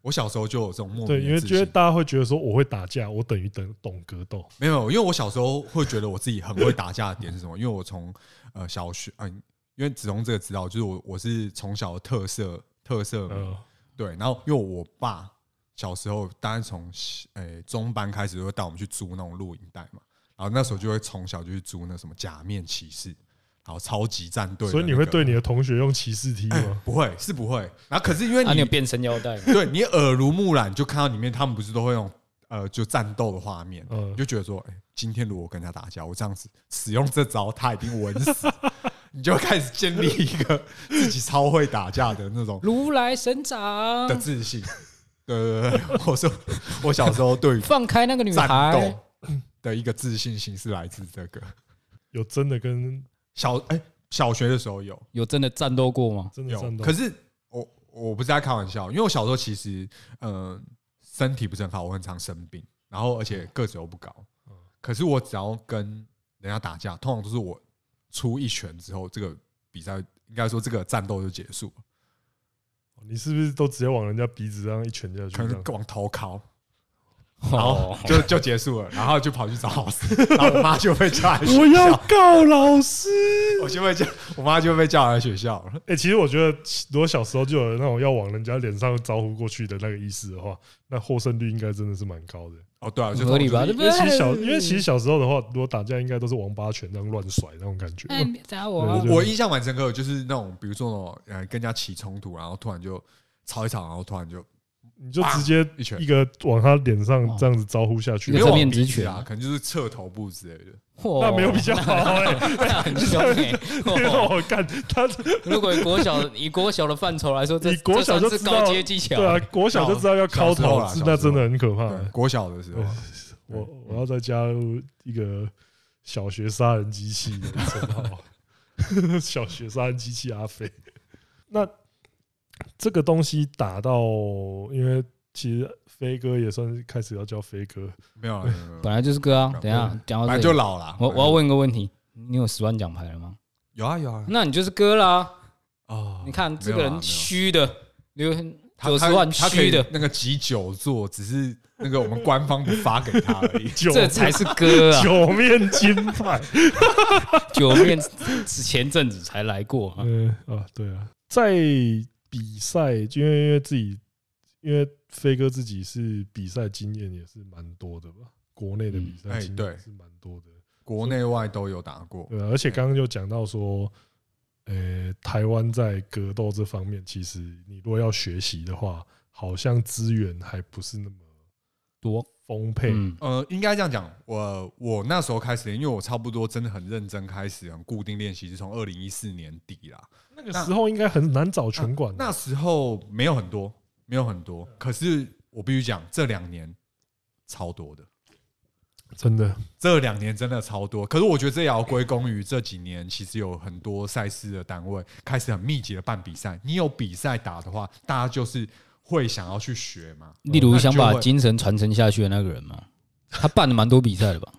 我小时候就有这种莫对，因名为的自觉得信，大家会觉得说我会打架，我等于等懂格斗。没有，因为我小时候会觉得我自己很会打架的点是什么？因为我从呃小学，嗯、因为子龙这个知道，就是我我是从小的特色特色美嗯，对，然后因为我爸小时候，当然从诶、中班开始就会带我们去租那种录影带嘛，然后那时候就会从小就去租那什么假面骑士，然后超级战队的那个、所以你会对你的同学用歧视踢 *coughs* 吗？不会是不会，然后可是因为啊，你你,、有变身腰带 *laughs* 吗？对你耳濡目染，就看到里面他们不是都会用呃就战斗的画面，嗯你就觉得说，哎、今天如果我跟他打架，我这样子使用这招，他一定稳死。 *laughs* 你就会开始建立一个自己超会打架的那种如来神掌的，自信。 *laughs* 对对对对，我说我小时候 *laughs* 对于放开那个女战孩斗。的一个自信心是来自这个有真的跟小哎、小学的时候有有真的战斗过吗？真的有战，斗可？是我我不是在开玩笑，因为我小时候其实呃身体不是很好，我很常生病，然后而且个子又不高，嗯可是我只要跟人家打架，通常都是我出一拳之后，这个比赛应该说这个战斗就结束了，你是不是都直接往人家鼻子上一拳下去？可这能样往头敲。然后哦，就就结束了，然后就跑去找 *laughs* 老师，然后我妈就被叫来 *laughs* 学校，我要告老师。我就被叫，我妈就被叫来学校了。 *laughs* 哎、其实我觉得，如果小时候就有那种要往人家脸上招呼过去的那个意思的话，那获胜率应该真的是蛮高的。哦，对啊，就合理吧？就对不是因为其实对？小，因为其实小时候的话，如果打架应该都是王八拳那样乱甩那种感觉。哎，你别打我对啊对！我印象蛮深刻的，就是那种比如说那种呃跟人家起冲突，然后突然就吵一吵，然后突然就你就直接一拳一个往他脸上这样子招呼下去，有没正有往面鼻直子啊，拳可能就是侧头部之类的。那那哦没有比较好哎、 *laughs* 很凶欸让我干他，啊如果以国小以国小的范畴来说，这你国小就这知算是道高阶技巧对啊，国小就知道要敲小时候头啦，是小时候啊那真的很可怕、嗯对，国小的时候啊，我我要再加入一个小学杀人机器的称号， *laughs* 小学杀人机器阿飞。那这个东西打到，因为其实飞哥也算是开始要叫飞哥，。没有啊，没有没有没有本来就是哥啊。等一下讲反到正就这里，老了。我我要问一个问题：你有十万奖牌了吗？有啊有啊那你就是哥啦。哦，你看这没个有啦人虚的，留没九有十他万他他可以虚的，那个集久坐，只是那个我们官方不发给他 *laughs* 而已九这才是哥啊！九面金牌。 *laughs* 九啊面前阵子才来过 *laughs* 啊，嗯啊，对啊，在比赛，就因为因为自己，因为飞哥自己是比赛经验也是蛮多的吧，国内的比嗯赛哎经对验是蛮多的。国内外都有打过，对啊，而且刚刚就讲到说，呃，台湾在格斗这方面，其实你如果要学习的话，好像资源还不是那么多丰沛。嗯，呃，应该这样讲，我我那时候开始，因为我差不多真的很认真开始很固定练习，是从二零一四年底啦。那个时候应该很难找啊拳馆、那时候没有很多，没有很多，可是我必须讲，这两年超多的，真的，这两年真的超多。可是我觉得这也要归功于这几年，其实有很多赛事的单位开始很密集的办比赛。你有比赛打的话，大家就是会想要去学嘛。嗯嗯例如想那把就会精神传承下去的那个人 *laughs* 嘛，他办了蛮多比赛的吧？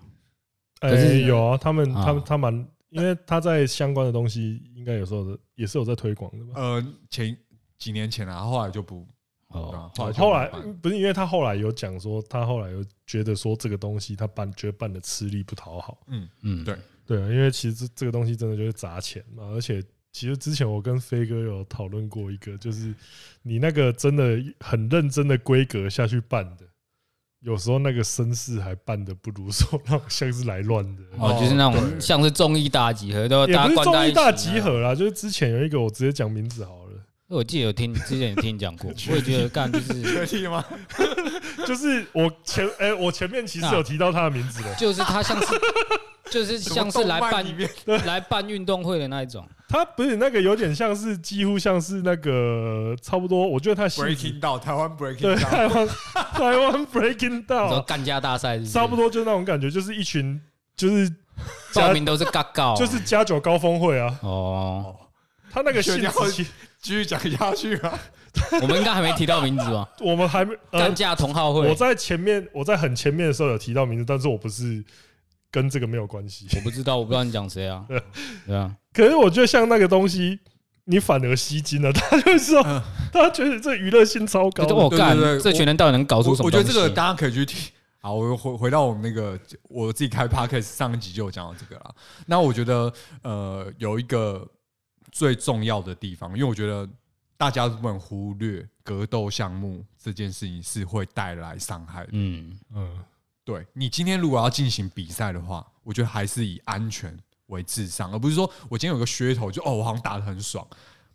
哎、可是有啊，他们他们啊他蛮，因为他在相关的东西，应该有时候也是有在推广的吧。呃前几年前啊，后来就不，对哦，啊后来就后来不办不是因为他后来有讲说，他后来有觉得说这个东西他办觉得办的吃力不讨好，嗯，嗯，对对啊，因为其实这这个东西真的就是砸钱嘛，而且其实之前我跟飞哥有讨论过一个，就是你那个真的很认真的规格下去办的，有时候那个绅士还扮的不如手，让我像是来乱的。哦，就是那种像是综艺大集合，都也大不家是关综在一艺起。啊大集，合啦，就是之前有一个，我直接讲名字好了， *laughs* 我记得有听之前有听你讲过，我也觉得干就是确定吗？就是我前哎、我前面其实有提到他的名字的，就是他像是就是像是来什么动漫里办面来办运动会的那一种，他不是那个有点像是几乎像是那个差不多，我觉得他性质 Breaking 到台湾对 Breaking 到台湾台湾 Breaking 你说 Down 干架大赛是不是差不多就是那种感觉，就是一群就是报加名都是嘎告啊，就是加酒高峰会啊，哦，他那个性质其继续讲下去 *laughs* 啊！我们应该还没提到名字吧？我们还没呃干架同好会，我在前面，我在很前面的时候有提到名字，但是我不是跟这个没有关系。我不知道，我不知道你讲 *laughs* 谁啊？对啊，可是我觉得像那个东西，你反而吸睛了，他就知道，他觉得这娱乐性超高嗯就哦的。我对对干对，这群人到底能搞我出什么我东觉西？得这个大家可以去听。好，我又回回到我们那个我自己开 podcast 上一集就有讲到这个啦。那我觉得呃有一个最重要的地方，因为我觉得大家不能忽略格斗项目这件事情是会带来伤害的。嗯，嗯，对你今天如果要进行比赛的话，我觉得还是以安全为至上，而不是说我今天有个噱头，就哦我好像打得很爽，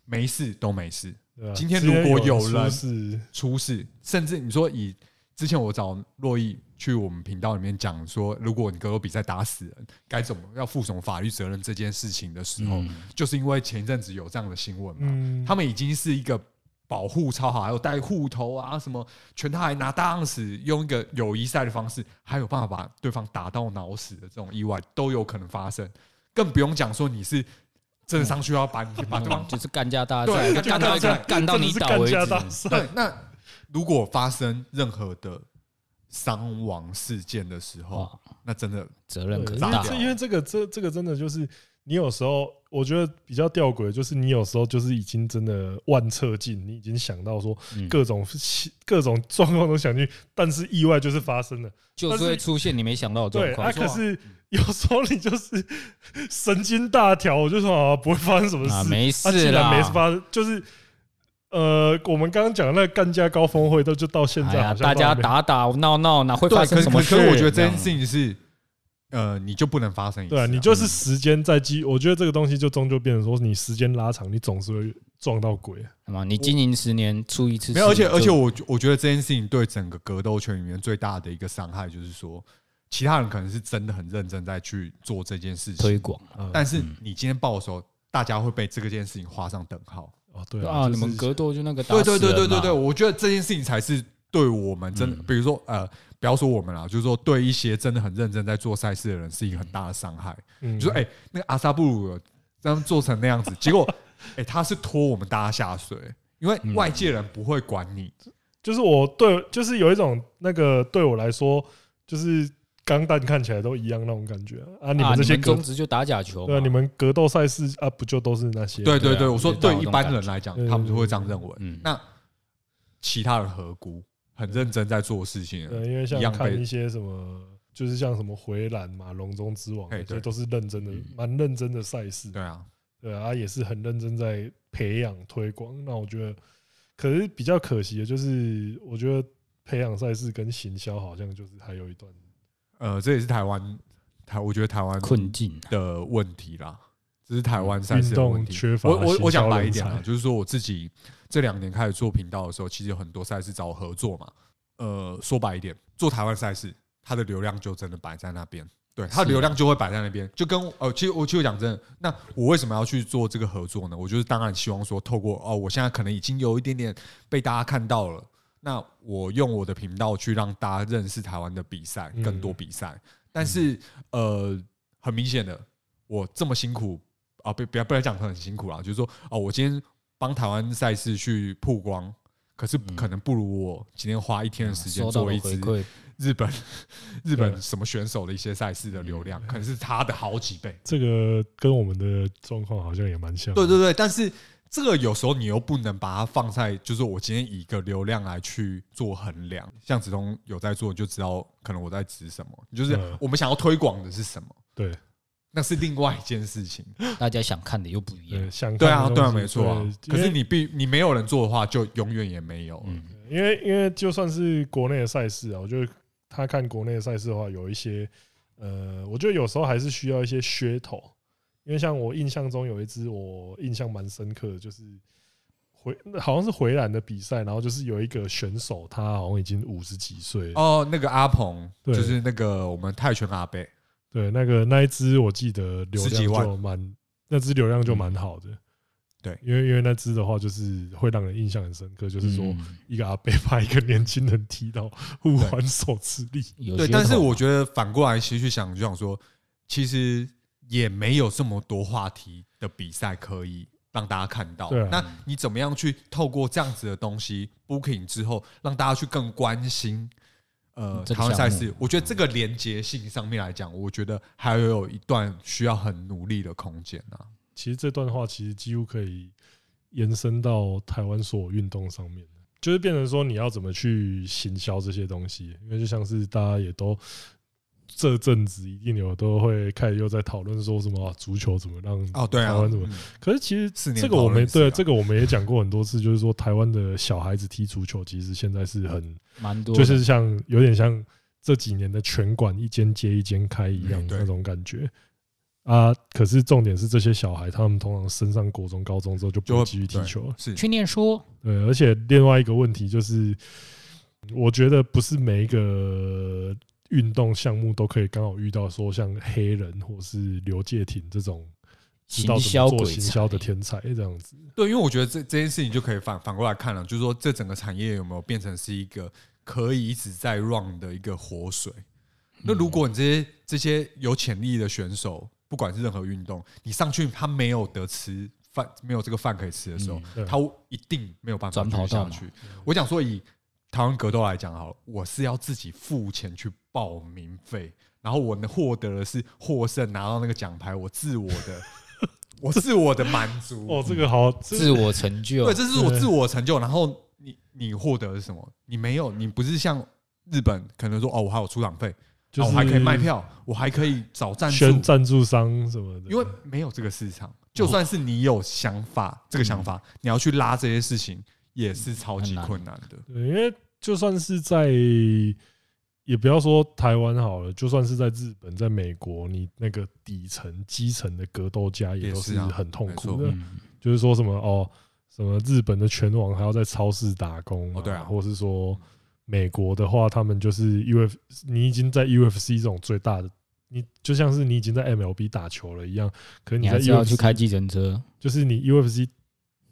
没事都没事。对啊今天如果有今天人出事出事，甚至你说以之前我找洛毅去我们频道里面讲说，如果你格斗比赛打死人，该怎么要负什么法律责任这件事情的时候，就是因为前一阵子有这样的新闻嘛，嗯他们已经是一个。保护超好，还有戴护头啊，什么拳套还拿大盎司，用一个友谊赛的方式，还有办法把对方打到脑死的这种意外都有可能发生，更不用讲说你是真的上去要把你把啊对方就是干架大赛，对干到一个干架大赛干到真你的是倒干为架止。大赛， *laughs* 对，那如果发生任何的伤亡事件的时候哇，那真的责任对可因为大。哦这因为这个这这个真的就是你有时候我觉得比较吊诡，就是你有时候就是已经真的万策尽，你已经想到说嗯各种各种状况都想去，但是意外就是发生了。就是会出现你没想到的状对，况啊，。可是有时候你就是神经大条，我就说啊，不会发生什么事，啊没事啊既然啦没发生，就是呃，我们刚刚讲的那个干家高峰会，都就到现哎在呀，好像大家都还没打打闹闹，哪会对，发可生是什可么是事？我觉得这件样事情是，呃，你就不能发生一次对啊、啊，你就是时间在积，我觉得这个东西就终究变成说，你时间拉长，你总是会撞到鬼。什么？你经营十年出一次事，没有，而且而且就我觉我觉得这件事情对整个格斗圈里面最大的一个伤害就是说，其他人可能是真的很认真在去做这件事推情，广嗯但是你今天报的时候，大家会被这个件事情画上等号。哦，对啊！就你是们格斗就那个打对死对对对人啊嗯嘛对对，，我觉得这件事情才是对我们真的，比如说呃，不要说我们啦，就是说对一些真的很认真在做赛事的人是一个很大的伤害。嗯你说哎、那个阿萨布鲁尔他们做成那样子，结果 *laughs* 哎、他是拖我们大家下水，因为嗯外界人不会管你。就是我对，就是有一种那个对我来说，就是钢弹看起来都一样那种感觉啊。你啊，们这些格中职就打假球嘛，对啊，你们格斗赛事啊，不就都是那些？对对对啊对，我说就到对了一这种般感人来讲对，对他们就会这样认为。嗯那其他人何辜？很认真在做事情的对，人，因为一像样看被一些什么，就是像什么回蓝嘛、龙中之王，哎这对些都是认真的，蛮认真的赛事，对啊，对啊，也是很认真在培养推广。那我觉得，可是比较可惜的就是，我觉得培养赛事跟行销好像就是还有一段，呃，这也是台湾台，我觉得台湾困境啊。的问题啦，这是台湾赛事的问嗯运动题。缺乏我我行销我讲白一点啊人，才就是说我自己这两年开始做频道的时候，其实有很多赛事找我合作嘛。呃，说白一点，做台湾赛事，它的流量就真的摆在那边，对，它的流量就会摆在那边。就跟呃，其实我其实我讲真的，那我为什么要去做这个合作呢？我就是当然希望说，透过哦，我现在可能已经有一点点被大家看到了。那我用我的频道去让大家认识台湾的比赛，嗯更多比赛。但是呃，很明显的，我这么辛苦啊，不不要不要讲很辛苦啦，就是说哦，我今天帮台湾赛事去曝光，可是可能不如我今天花一天的时间嗯收到做的一回支馈，日本日本对什么选手的一些赛事的嗯流量，可能是他的好几倍。这个跟我们的状况好像也蛮像。对对对，但是这个有时候你又不能把它放在，就是我今天以一个流量来去做衡量。像子通有在做，你就知道可能我在指什么，就是嗯我们想要推广的是什么，对那是另外一件事情。大家想看的又不一样对，。想对看 *laughs* 啊，的对啊，东西没错啊。对可是因为你必你没有人做的话，就永远也没有了。嗯因为因为就算是国内的赛事啊，我觉得他看国内的赛事的话，有一些呃，我觉得有时候还是需要一些噱头，因为像我印象中有一支我印象蛮深刻的，就是回好像是回蓝的比赛，然后就是有一个选手他好像已经五十几岁了，哦，那个阿鹏对就是那个我们泰拳阿贝，对，那个那一支我记得流十几量万嗯就蛮，那支流量就蛮好的。对因为因为那支的话，就是会让人印象很深刻，就是说嗯一个阿伯把一个年轻人踢 *laughs* 到互还手之力，有对，噱但是头我觉得反过来其实去想，就想说，其实也没有这么多话题的比赛可以让大家看到。对啊那你怎么样去透过这样子的东西 booking 之后，让大家去更关心？呃，这个台湾赛项事，我觉得这个连结性上面来讲，我觉得还有一段需要很努力的空间啊。其实这段话其实几乎可以延伸到台湾所有运动上面的，就是变成说你要怎么去行销这些东西，因为就像是大家也都这阵子一定有都会开始又在讨论说什么、啊足球怎么让哦，对啊台，湾怎么嗯可是其实四年这个我们讨论一次对啊这个我们也讲过很多次，就是说台湾的小孩子踢足球，其实现在是很蛮多的，就是像有点像这几年的拳馆一间接一间开一样嗯对那种感觉啊。可是重点是这些小孩他们通常升上国中、高中之后就不就会会继续踢对球了。啊是去念书，对，而且另外一个问题就是，我觉得不是每一个运动项目都可以刚好遇到说像黑人或是刘介廷这种知道怎行销么做鬼行才销的天才这样子。对，因为我觉得这这件事情就可以反反过来看了，就是说这整个产业有没有变成是一个可以一直在 run 的一个活水？那嗯如果你这些这些有潜力的选手，不管是任何运动，你上去他没有得吃饭，没有这个饭可以吃的时候，对他一定没有办法嗯转继跑续道嘛下去。我讲说以台湾格斗来讲好了，我是要自己付钱去报名费，然后我能获得的是获胜，拿到那个奖牌，我自我 *laughs* 的。我自我的满足哦，这个好，这自我成就对，，这是我自我成就。然后你你获得的是什么？你没有，你不是像日本可能说哦，我还有出场费，就啊是我还可以卖票，我还可以找赞助选，赞助商什么的，因为没有这个市场。就算是你有想法，这个想法你要去拉这些事情，也是超级很难困难的。对，因为就算是在，也不要说台湾好了，就算是在日本、在美国，你那个底层、基层的格斗家也也都是是啊很痛没苦错的。嗯就是说什么哦，什么日本的拳王还要在超市打工、哦对啊或是说美国的话，他们就是 U F，你已经在 U F C 这种最大的。你就像是你已经在 MLB 打球了一样，可是你在还是要 UFC 去开计程车，嗯就是你 UFC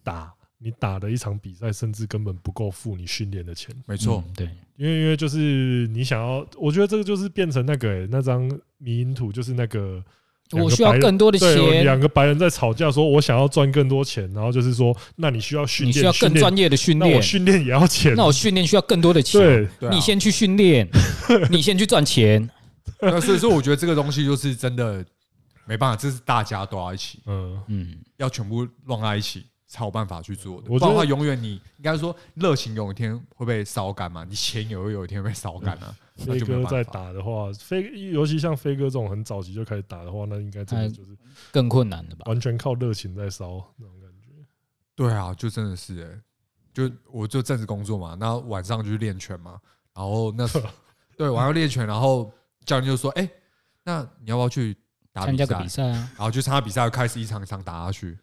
打你打的一场比赛，甚至根本不够付你训练的钱，没错，嗯对，因为因为就是你想要，我觉得这个就是变成那个、欸、那张迷因图，就是那个两我个需要白人更多的对有钱，两个白人在吵架，说我想要赚更多钱，然后就是说，那你需要训你练，需要更专业，业的训那我练，训练也要钱，那我训练需要更多的钱，对对啊你先去 *laughs* 训练，你先去赚钱，那所以说，我觉得这个东西就是真的没办法，这是大家都要一起，嗯，嗯，要全部弄在一起。才有办法去做的，我不觉然得的话，永远你应该说热情有一天会被烧干嘛，你钱也会有一天被烧干啊。那飞就没有哥办法在打的话，飞尤其像飞哥这种很早期就开始打的话，那应该哎真的就是更困难了吧？完全靠热情在烧那种感觉。对啊，就真的是、欸，就我就正式工作嘛，那晚上就去练拳嘛，然后那 *laughs* 对晚上练拳，然后教练就说：“哎、那你要不要去哦打参比加赛个比？”赛啊，然后就参加比赛，开始一场一场打下去。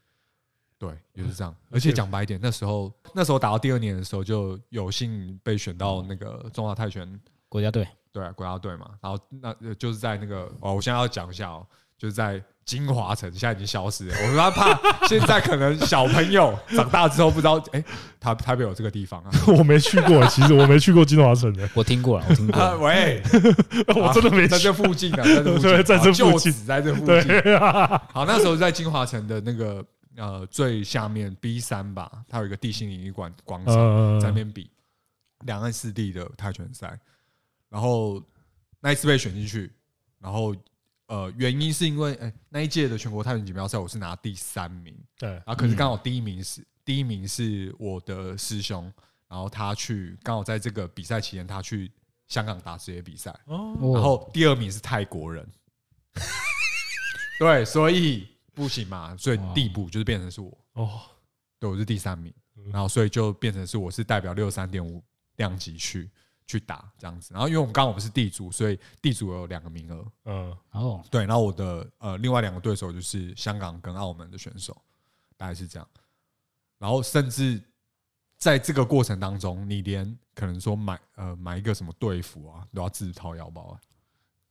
对，就是这样。而且讲白一点，那时候那时候打到第二年的时候，就有幸被选到那个中华泰拳国家队对、啊、国家队嘛，然后那呃就是在那个哦，我现在要讲一下哦，就是在金华城，现在已经消失了。我他妈 *laughs* 怕现在可能小朋友长大之后不知道，哎、台台北有这个地方啊？ *laughs* 我没去过，欸其实我没去过金华城欸的，我听过了，我 *laughs* 听过啊了，喂， *laughs* 啊我真的没在去 *laughs* 这附近的，在这附近对啊，在这附就近此在这附对啊近。好，那时候在金华城的那个呃最下面 B 三吧，它有一个地心引力广广场，嗯嗯嗯在那边比两岸四地的泰拳赛，然后那一次被选进去，然后呃原因是因为哎、那一届的全国泰拳锦标赛我是拿第三名，对，啊，可是刚好第一名嗯是、第一名是我的师兄，然后他去刚好在这个比赛期间他去香港打职业比赛，哦，然然后第二名是泰国人， *laughs* 对，所以不行嘛，所以递补就是变成是我。哦，对，我是第三名嗯，然后所以就变成是我是代表六三点五量级去，去打这样子。然后因为我们刚好我们是地主，所以地主有两个名额，嗯，然后对，然后我的呃另外两个对手就是香港跟澳门的选手，大概是这样。然后甚至在这个过程当中，你连可能说买呃买一个什么队服啊，都要自己掏腰包啊。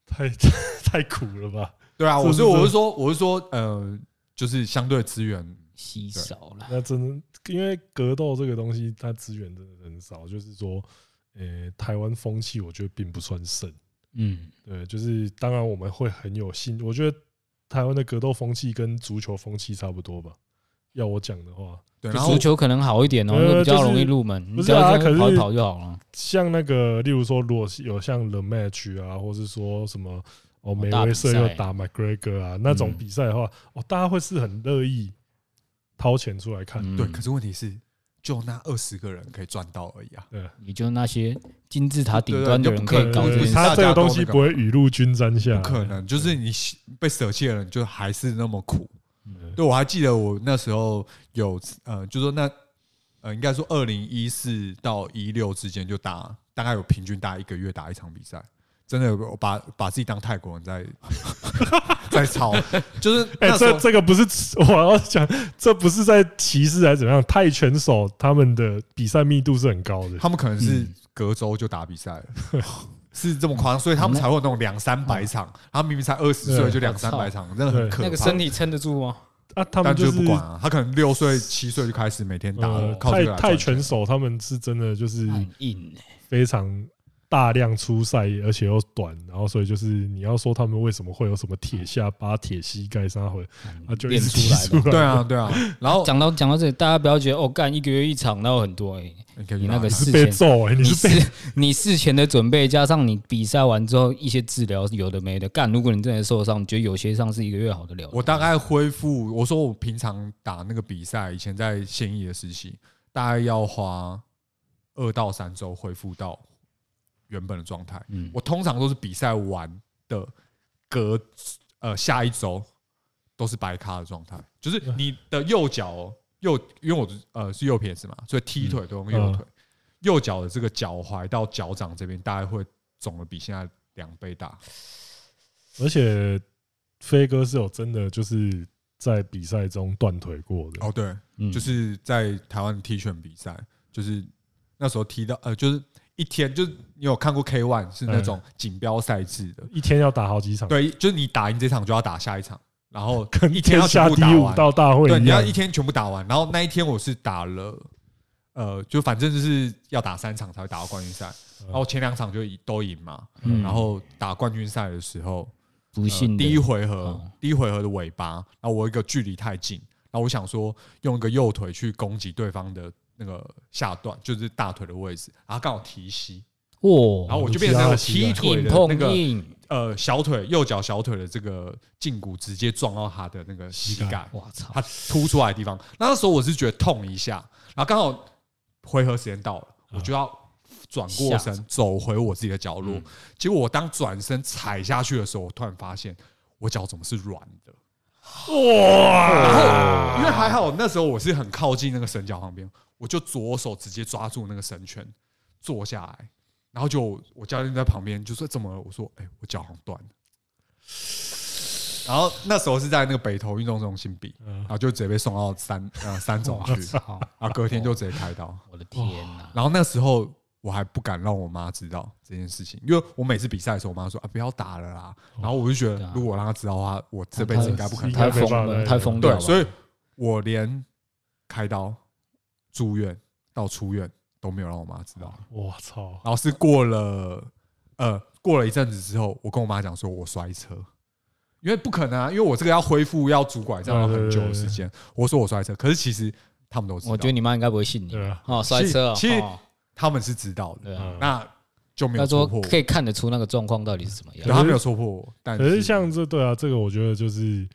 太 *laughs* 太苦了吧？对啊，是我是是我是是说我是说呃，就是相对资源，稀少了，那真的，因为格斗这个东西，它资源真的很少，就是说，呃，台湾风气我觉得并不算盛。嗯，对，就是当然我们会很有兴，我觉得台湾的格斗风气跟足球风气差不多吧。要我讲的话，对，然后足球可能好一点哦，呃因为比较就是容易入门，不你是只要啊这样跑可一是跑就好了。像那个，例如说，如果是有像 The Match 啊，或是说什么哦，梅大比威赛瑟又打 McGregor 啊那种嗯比赛的话，哦，大家会是很乐意掏钱出来看。嗯对，可是问题是，就那二十个人可以赚到而已啊。也就那些金字塔顶对对端的你就人不可可以搞能这不件是事。他这大个家都东西那个不会雨露均沾下来，不可能，就是你喜被舍弃的人，就还是那么苦。嗯。对，我还记得我那时候有呃，就说那呃，应该说二零一四到一六之间就打，大概有平均打一个月打一场比赛，真的有把把自己当泰国人在 *laughs* 在操，就是 *laughs* 哎、那时这候这个不是我要讲，这不是在歧视还是怎么样？泰拳手他们的比赛密度是很高的，他们可能嗯是隔周就打比赛了。是这么夸张，所以他们才会有那种两三百场，他明明才二十岁嗯对就两三百场，真的很对可怕。那个身体撑得住吗？嗯啊，他们但就就是是不管啊，他可能六岁七岁就开始每天打呃了，靠这泰个来泰赚拳钱啊手他们是真的就是很硬欸，非常大量出赛，而且又短，然后所以就是你要说他们为什么会有什么铁下巴、铁膝盖啥会，啊，就一嗯练直出踢来的出来。对，啊对啊， *laughs* 然后讲到讲到这里，大家不要觉得哦，干一个月一场，那有很多哎、你可以你那个是事被前，揍哎、你你是被事你事前的准备，加上你比赛完之后一些治疗，有的没的干。如果你真的受伤，你觉得有些伤是一个月好得了的。我大概恢复，我说我平常打那个比赛，以前在现役的时期，大概要花二到三周恢复到原本的状态。嗯我通常都是比赛完的隔呃下一周都是白咖的状态，就是你的右脚哦右，因为我是呃是右撇子嘛，所以踢腿都用右腿，嗯右脚的这个脚踝到脚掌这边大概会肿的比现在两倍大。而且飞哥是有真的就是在比赛中断腿过的，哦，对，嗯就是在台湾踢拳比赛，就是那时候踢到呃，就是一天，就是你有看过 K One 是那嗯种锦标赛制的，一天要打好几场，对，就是你打赢这场就要打下一场，然后 *laughs* 跟一天要全下部第打五完，道大会对，一你要样一，天全部打完，然后那一天我是打了。呃，就反正就是要打三场才会打到冠军赛，然后前两场就赢都赢嘛，嗯然后打冠军赛的时候，不呃幸的第一回合哦，第一回合的尾巴，然后我有一个距离太近，然后我想说用一个右腿去攻击对方的那个下段，就是大腿的位置，然后刚好提膝，哇，然后我就变成那个提踢到膝腿硬的那碰个硬，呃小腿右脚小腿的这个胫骨直接撞到他的那个膝膝盖，我操！他凸出来的地方。那时候我是觉得痛一下，然后刚好回合时间到了，我就要转过身走回我自己的角落。结果我当转身踩下去的时候，我突然发现我脚怎么是软的。哇！然后因为还好那时候我是很靠近那个绳脚旁边，我就左手直接抓住那个绳圈坐下来，然后就我教练在旁边就说：“怎么了？”我说：“哎、我脚好像断了。”然后那时候是在那个北投运动中心比，然后就直接被送到三呃三总去，操！然后隔天就直接开刀。我的天 *laughs* 哪！然后那时候我还不敢让我妈知道这件事情，因为我每次比赛的时候，我妈说啊不要打了啦。然后我就觉得，如果让她知道的话，我这辈子应该不可能应该太打。没办疯法了，太疯掉对，了。所以我连开刀、住院到出院都没有让我妈知道。我操！然后是过了呃过了一阵子之后，我跟我妈讲说我摔车，因为不可能啊，因为我这个要恢复要拄拐杖要很久的时间。我说我摔车，可是其实他们都知道，我觉得你妈应该不会信你对啊，哦，摔车哦其实哦他们是知道的，对啊，嗯那就没他有戳说破我，可以看得出那个状况到底是怎么对样。他没有戳破我，但可是像这对啊，这个我觉得就是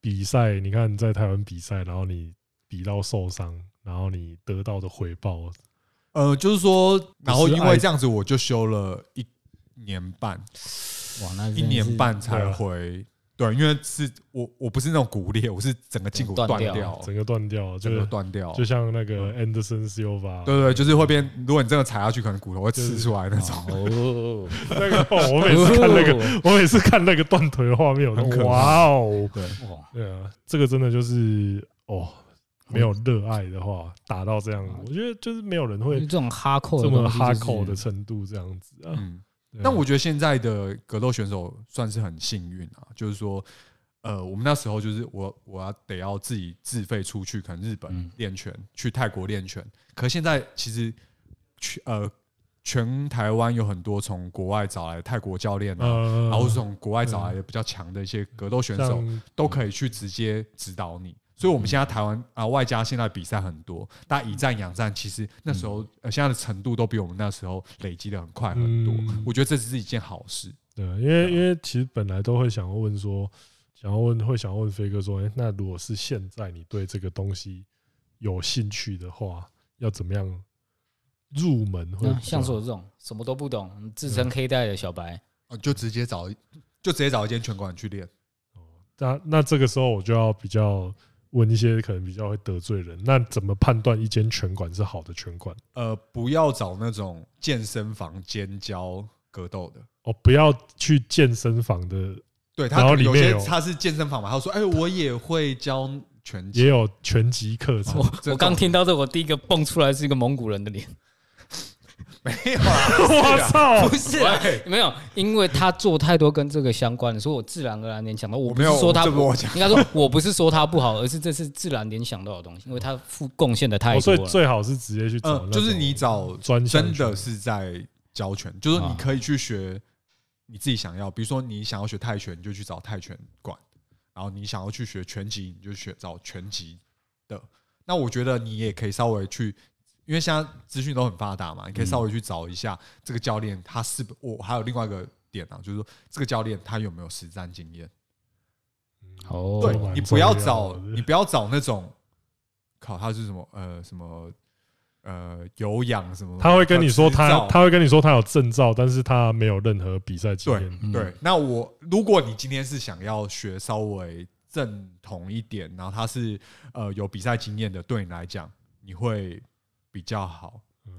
比赛，你看在台湾比赛，然后你比到受伤，然后你得到的回报，呃，就是说，然后不是因爱为这样子，我就休了一年半，哇，那真的一是哦年半才对啊回对，因为是我我不是那种骨裂，我是整个胫骨断断掉掉，整个断掉，就整个是断掉，嗯就像那个 Anderson Silva，对对，就是会变。如果你真的踩下去，可能骨头会刺出来那种。哦，那个 *laughs* 哦，我每次看那个，我每次看那个断腿的画面，我很可都怕哇哦，对，哇，对啊，这个真的就是哦，没有热爱的话，打到这样，嗯我觉得就是没有人会这种哈扣这么哈扣口的，程度这样子啊。嗯。对啊 *laughs* 但我觉得现在的格斗选手算是很幸运啊，就是说，呃，我们那时候就是我我要得要自己自费出去，可能日本嗯练拳，去泰国练拳。可现在其实去呃，全台湾有很多从国外找来的泰国教练啊，呃，然后是从国外找来的比较强的一些格斗选手，像都可以去直接指导你。所以，我们现在台湾啊，外加现在比赛很多，大家以战养战，其实那时候呃，现在的程度都比我们那时候累积的很快很多嗯。我觉得这是一件好事。对啊，因为因为其实本来都会想要问说，想要问会想要问飞哥说，哎，那如果是现在你对这个东西有兴趣的话，要怎么样入门会比较那嗯好？嗯像是我这种什么都不懂，自称黑带的小白，啊，就直接找，就直接找一间拳馆去练。那那这个时候我就要比较问一些可能比较会得罪人，那怎么判断一间拳馆是好的拳馆？呃，不要找那种健身房兼教格斗的。哦，不要去健身房的，对然他后里有面些有他是健身房嘛，他说：“哎，我也会教拳击。也有拳击课程。哦我这种刚听到这，我第一个蹦出来是一个蒙古人的脸，没有啊啦，我我操！ *laughs* 不是啊，没有，因为他做太多跟这个相关的，所以我自然而然联想到。我不没有是说他这不不我讲，应该说我不是说他不好，而是这是自然联想到的东西，因为他付贡献的太哦所多以了。最好是直接去找呃那，种，就是你找专项真的拳是在教拳，就是说你啊可以去学你自己想要，比如说你想要学泰拳，你就去找泰拳馆；然后你想要去学拳击，你就学找拳击的。那我觉得你也可以稍微去，因为现在资讯都很发达嘛，你可以嗯稍微去找一下这个教练他是不，我还有另外一个点啊，就是说这个教练他有没有实战经验。哦对蛮重你不要要找的你不要找那种，靠，他是什么呃什么呃有氧什么，他会跟你说执他照他会跟你说他有证照，但是他没有任何比赛经对嗯验。对。那我如果你今天是想要学稍微正统一点，然后他是呃有比赛经验的，对你来讲你会比较好，嗯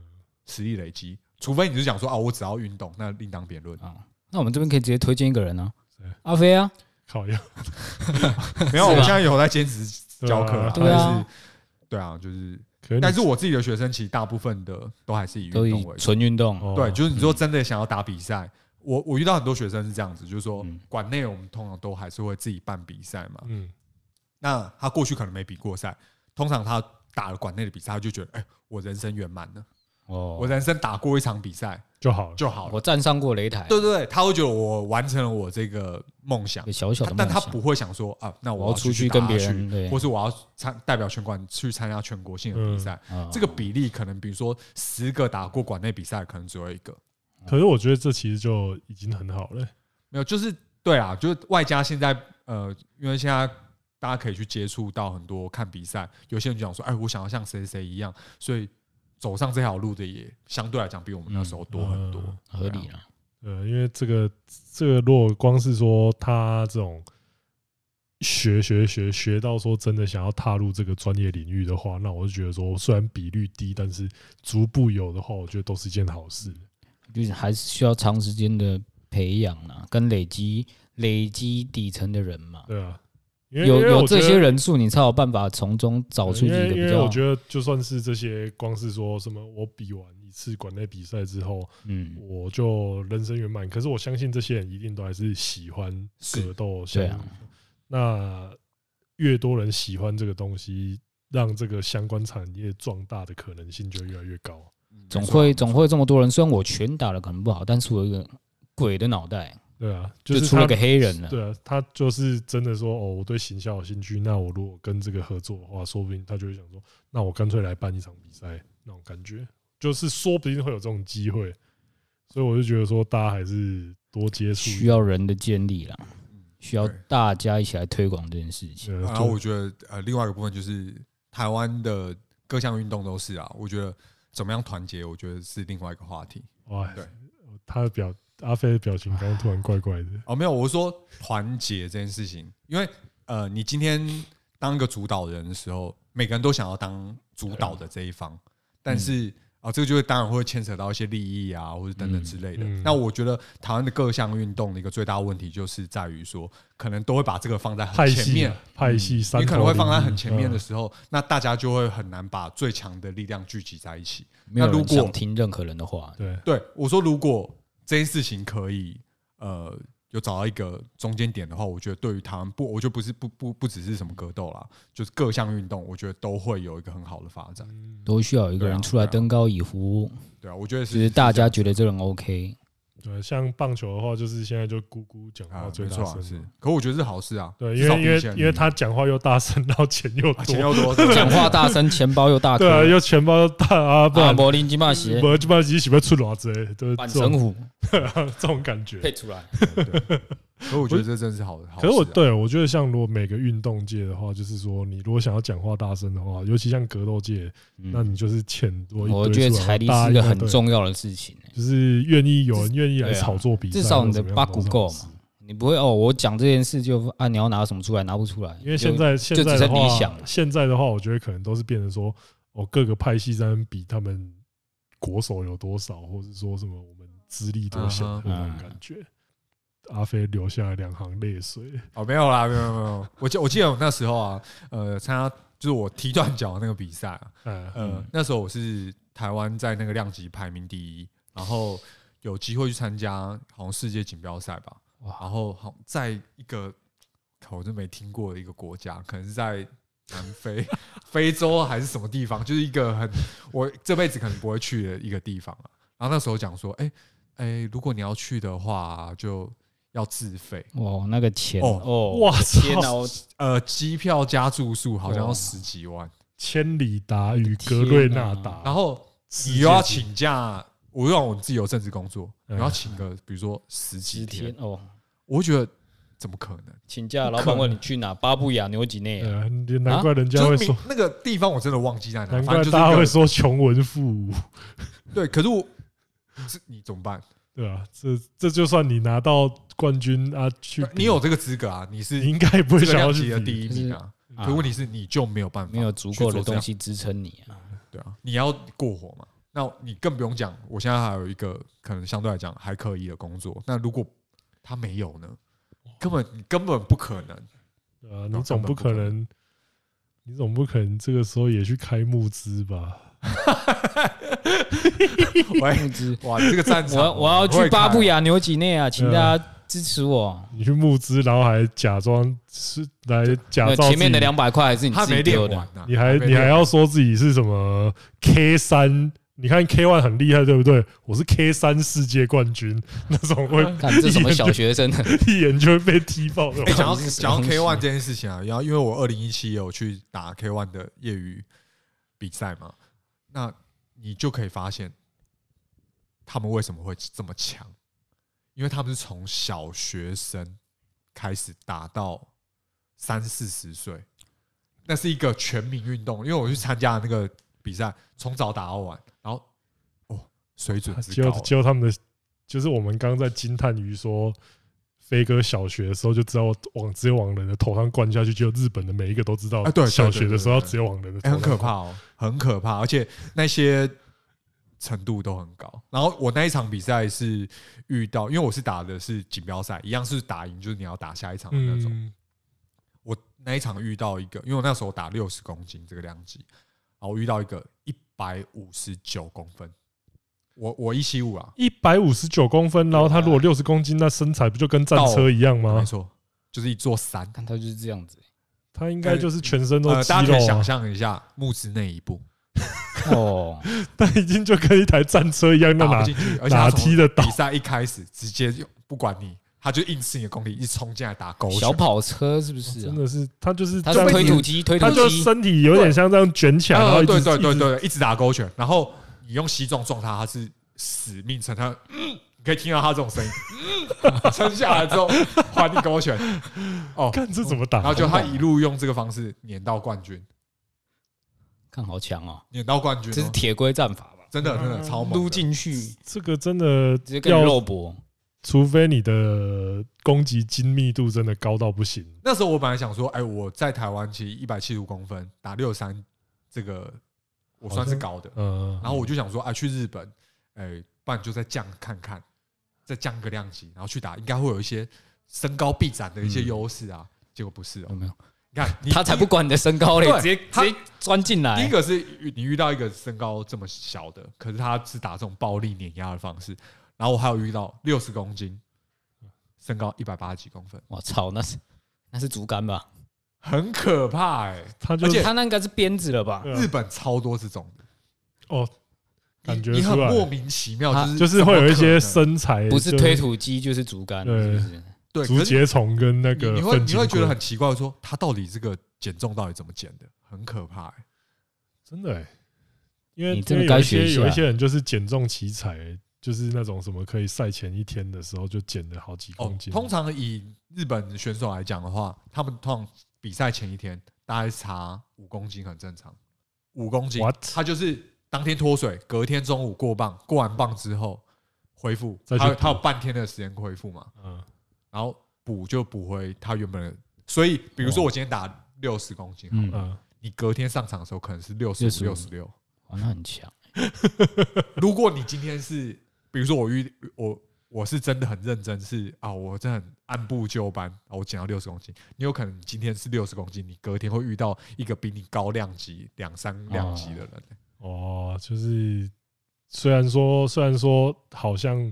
实力累积。除非你是想说啊，我只要运动，那另当别论。啊那我们这边可以直接推荐一个人啊谁，阿飞啊，靠呀！没有，我是吧现在有在兼职教课啦，啊对但啊是对啊，就是， *laughs* 可你但是我自己的学生其实大部分的都还是以运都以动为主。纯运动。哦对，就是你嗯说真的想要打比赛，我我遇到很多学生是这样子，就是说嗯馆内我们通常都还是会自己办比赛嘛。嗯，那他过去可能没比过赛，通常他打了馆内的比赛，他就觉得，哎，我人生圆满了，我哦，人生打过一场比赛就好了。就好了。我站上过擂台，对对对，他会觉得我完成了我这个梦想有，小小的梦他但他想不会想说啊，那我我要要出去去跟打别下人去对或是我要参代表全馆去参加全国性的比赛。啊这个比例可能，比如说十个打过馆内比赛，可能只有一个。可是我觉得这其实就已经很好了。没有，就是对啊，就是外加现在呃，因为现在大家可以去接触到很多看比赛，有些人就想说，哎，我想要像谁谁谁一样，所以走上这条路的也相对来讲比我们那时候多很多嗯，合理啊，呃，因为这个这个，如果光是说他这种学学学学到说真的想要踏入这个专业领域的话，那我就觉得说，虽然比率低，但是逐步有的话，我觉得都是一件好事。嗯就是还是需要长时间的培养啊，跟累积累积底层的人嘛。对啊，因为因有为我有这觉得些人数，你才有办法从中找对出一因为个因比为较我觉得就算是这些，光是说什么我比完一次馆内比赛之后，嗯我就人生圆满。可是我相信这些人一定都还是喜欢格斗，是对啊。那越多人喜欢这个东西，让这个相关产业壮大的可能性就越来越高。嗯总没错啊会总会这么多人。虽然我拳打的可能不好，但是我有一个鬼的脑袋，对啊，就是出了他个黑人了。对啊，他就是真的说哦，我对行销有兴趣，那我如果跟这个合作的话，说不定他就会想说，那我干脆来办一场比赛，那种感觉，就是说不定会有这种机会。所以我就觉得说，大家还是多接触，需要人的建立啦，需要对大家一起来推广这件事情。呃然后我觉得呃，另外一个部分就是台湾的各项运动都是啊，我觉得怎么样团结，我觉得是另外一个话题。哇对，他的表阿飞的表情刚刚突然怪怪的。哦，没有，我是说团结这件事情，因为呃，你今天当一个主导人的时候，每个人都想要当主导的这一方，但是啊、这个就会当然会牵扯到一些利益啊，或者等等之类的。嗯嗯那我觉得台湾的各项运动的一个最大问题，就是在于说，可能都会把这个放在派很前系面嗯啊，，派系三你头领域，可能会放在很前面的嗯时候，那大家就会很难把最强的力量聚集在一起。没有那如人果想听任何人的话。对，对，我说如果这件事情可以呃有找到一个中间点的话，我觉得对于台湾不，我就不是不不不只是什么格斗啦，就是各项运动，我觉得都会有一个很好的发嗯展。都需要有一个对人啊出来对啊登高一呼，对啊，我觉得就是是大家觉得这个人 OK，对，像棒球的话，就是现在就咕咕讲话啊，哦最没大错、声啊，嘛，是。可我觉得是好事啊，对，至因少为比因为以前因为他讲话又大声，然后钱又啊钱多，要多，对 *laughs* 讲话大声，钱包又大对啊，颗，又钱包又大啊，不啊，然柏林金马鞋，我基本上己喜欢出哪子，对，板这神种虎 *laughs* 这种感觉。配出来，对可我觉得这真的是好的。好可是我事啊对我觉得，像如果每个运动界的话，就是说，你如果想要讲话大声的话，尤其像格斗界，那你就是钱多一堆出来。嗯我觉得财力是一个很大家一样，重要的事情欸、对就是愿意有人愿意来对啊炒作比赛，至少你或的怎么样八股够嘛。，你不会哦，我讲这件事就啊，你要拿什么出来，拿不出来，因为就现在就现只在的剩理想话了，现在的话，我觉得可能都是变成说，哦，各个派系在那边比他们哦国手有多少，或是说什么我们资历多小嗯的那种感觉。阿飞留下了两行泪水，哦，没有啦，没有没有没有。我记我记得我那时候啊，呃，参加就是我踢断脚那个比赛啊，嗯，呃，那时候我是台湾在那个量级排名第一，然后有机会去参加好像世界锦标赛吧，然后好在一个，靠我真没听过的一个国家，可能是在南非、 *laughs* 非洲还是什么地方，就是一个很我这辈子可能不会去的一个地方啊。然后那时候讲说，哎、哎、如果你要去的话，就要自费，哦，那个钱哦哦，哇天哪，操我呃，机票加住宿好像要十几万，千里达与格瑞纳天达，然后你又要请假，我让我自己有正职工作，嗯你要请个比如说十几啊几天天，哦，我会觉得怎么可能？请假，老板问你去哪，巴布亚、牛几内亚，啊呃，难怪人家就会是说明，那个地方我真的忘记在哪，难怪反正就是大家会一说穷文富武，个对。可是我是你怎么办？对啊，这这就算你拿到冠军啊，去比你有这个资格啊，你你是应该也不会这个想要去量级的比第一名啊。啊可问题是你就没有办法，没有足够的东，西支撑你啊，对啊，你要过活嘛。那你更不用讲，我现在还有一个可能相对来讲还可以的工作。那如果他没有呢？根本你根本不可能。对啊，那你总根本不哦不可可能能，你总不可能这个时候也去开募资吧？喂，*laughs* 募资，哇，这个战场，我我要去巴布亚、牛几内亚，请对啊大家支持我。你去募资，然后还假装是来假那造前面的自己两百块还是你他自己没练丢完的？呐、你还没你练还要说自己是什么 K 三？你看 K one 很厉害，对不对？我是 K 三世界冠军，那种 *laughs* 会看这什么小学生？啊一眼就会被踢爆 *laughs* 的 *laughs* 哎、。讲到这是什么讲到东西 K One 这件事情啊，然后因为我二零一七有去打 K One 的业余比赛嘛，那你就可以发现他们为什么会这么强，因为他们是从小学生开始打到三四十岁，那是一个全民运动。因为我去参加那个比赛，从早打到晚，然后哦，水准之结高果结果他们的就是我们刚刚在惊叹于说飞哥小学的时候就知道往直接往人的头上灌下去，结果日本的每一个都知道啊对对小学的时候要对对对直接往人的头欸、上很可灌怕哦，很可怕，而且那些程度都很高。然后我那一场比赛是遇到，因为我是打的是锦标赛，一样是打赢，就是你要打下一场的那种。嗯，我那一场遇到一个，因为我那时候打六十公斤这个量级，然后我遇到一个一百五十九公分，我我一七五啊，一百五十九公分，然后他如果六十公斤，那身材不就跟战车一样没吗？错，就是一座山。 *laughs* 看他就是这样子他应该就是全身都呃，肌大家可以肉想啊，象一下木之那一步哦， *laughs* 但已经就跟一台战车一样，那打哪不进去，而且哪他从踢得倒比？赛一开始直接就不管你，他就硬吃你的功力，一冲进来打勾拳。小跑车是不是啊哦真？的是他就是他这样是推子土机，推土他就机，身体有点像这样卷啊起来，然后呃一直对对对一直对，一直打勾拳，然后你用膝撞撞他，他是死命撑他，嗯你可以听到他这种声音，嗯撑下来之后还你勾拳，哦，看这怎么打？然后就哦他一路用这个方式撵到冠军，看好强哦！撵到冠军这是哦，铁龟战法吧？嗯哦真的真的超猛撸的，进去这个真的直接跟你要肉搏，除非你的攻击精密度真的高到不行。那时候我本来想说，哎，我在台湾其实一百七十五公分打六三，这个我算是高的。嗯，然后我就想说，哎，去日本，哎，不然就再降看看，再降个量级，然后去打，应该会有一些身高臂展的一些优势啊。结果不是哦，没有？你看你嗯 *laughs* 他才不管你的身高嘞，对直接他直接钻进第一来。个是你遇到一个身高这么小的，可是他是打这种暴力碾压的方式。然后我还有遇到六十公斤，身高一百八十几公分，我操，那是那是竹竿吧？很可怕哎、他就而且他那应该是鞭子了吧？对啊日本超多这种的，哦，感觉你你很出来莫名其妙，他就是就是会有一些身身材，不是推土机就是竹竿，对是不是？对，竹可是节虫跟那你个你会粪你金会龟觉得很奇怪说，他到底这个减重到底怎么减的，很可怕、 *laughs* 欸。真的欸，因为你真的因为有该一学一些有一下些人就是减重奇才欸，就是那种什么可以赛前一天的时候就减了好几哦公，斤，通常以日本选手来讲的话，他们通常比赛前一天大概查五公斤很正常，五公斤 What？他就是当天脱水，隔天中午过磅，过完磅之后恢复，再去他有补他有半天的时间恢复嘛，嗯然后补就补回他原本的。所以，比如说我今天打六十公斤，嗯，哦嗯，你隔天上场的时候可能是六十五、六十65六。哇，那很强。如果你今天是，比如说我遇我我是真的很认真，是啊，我真的很按部就班，啊我减到六十公斤。你有可能今天是六十公斤，你隔天会遇到一个比你高量级两啊三量级的人、哦，就是虽然说虽然说好像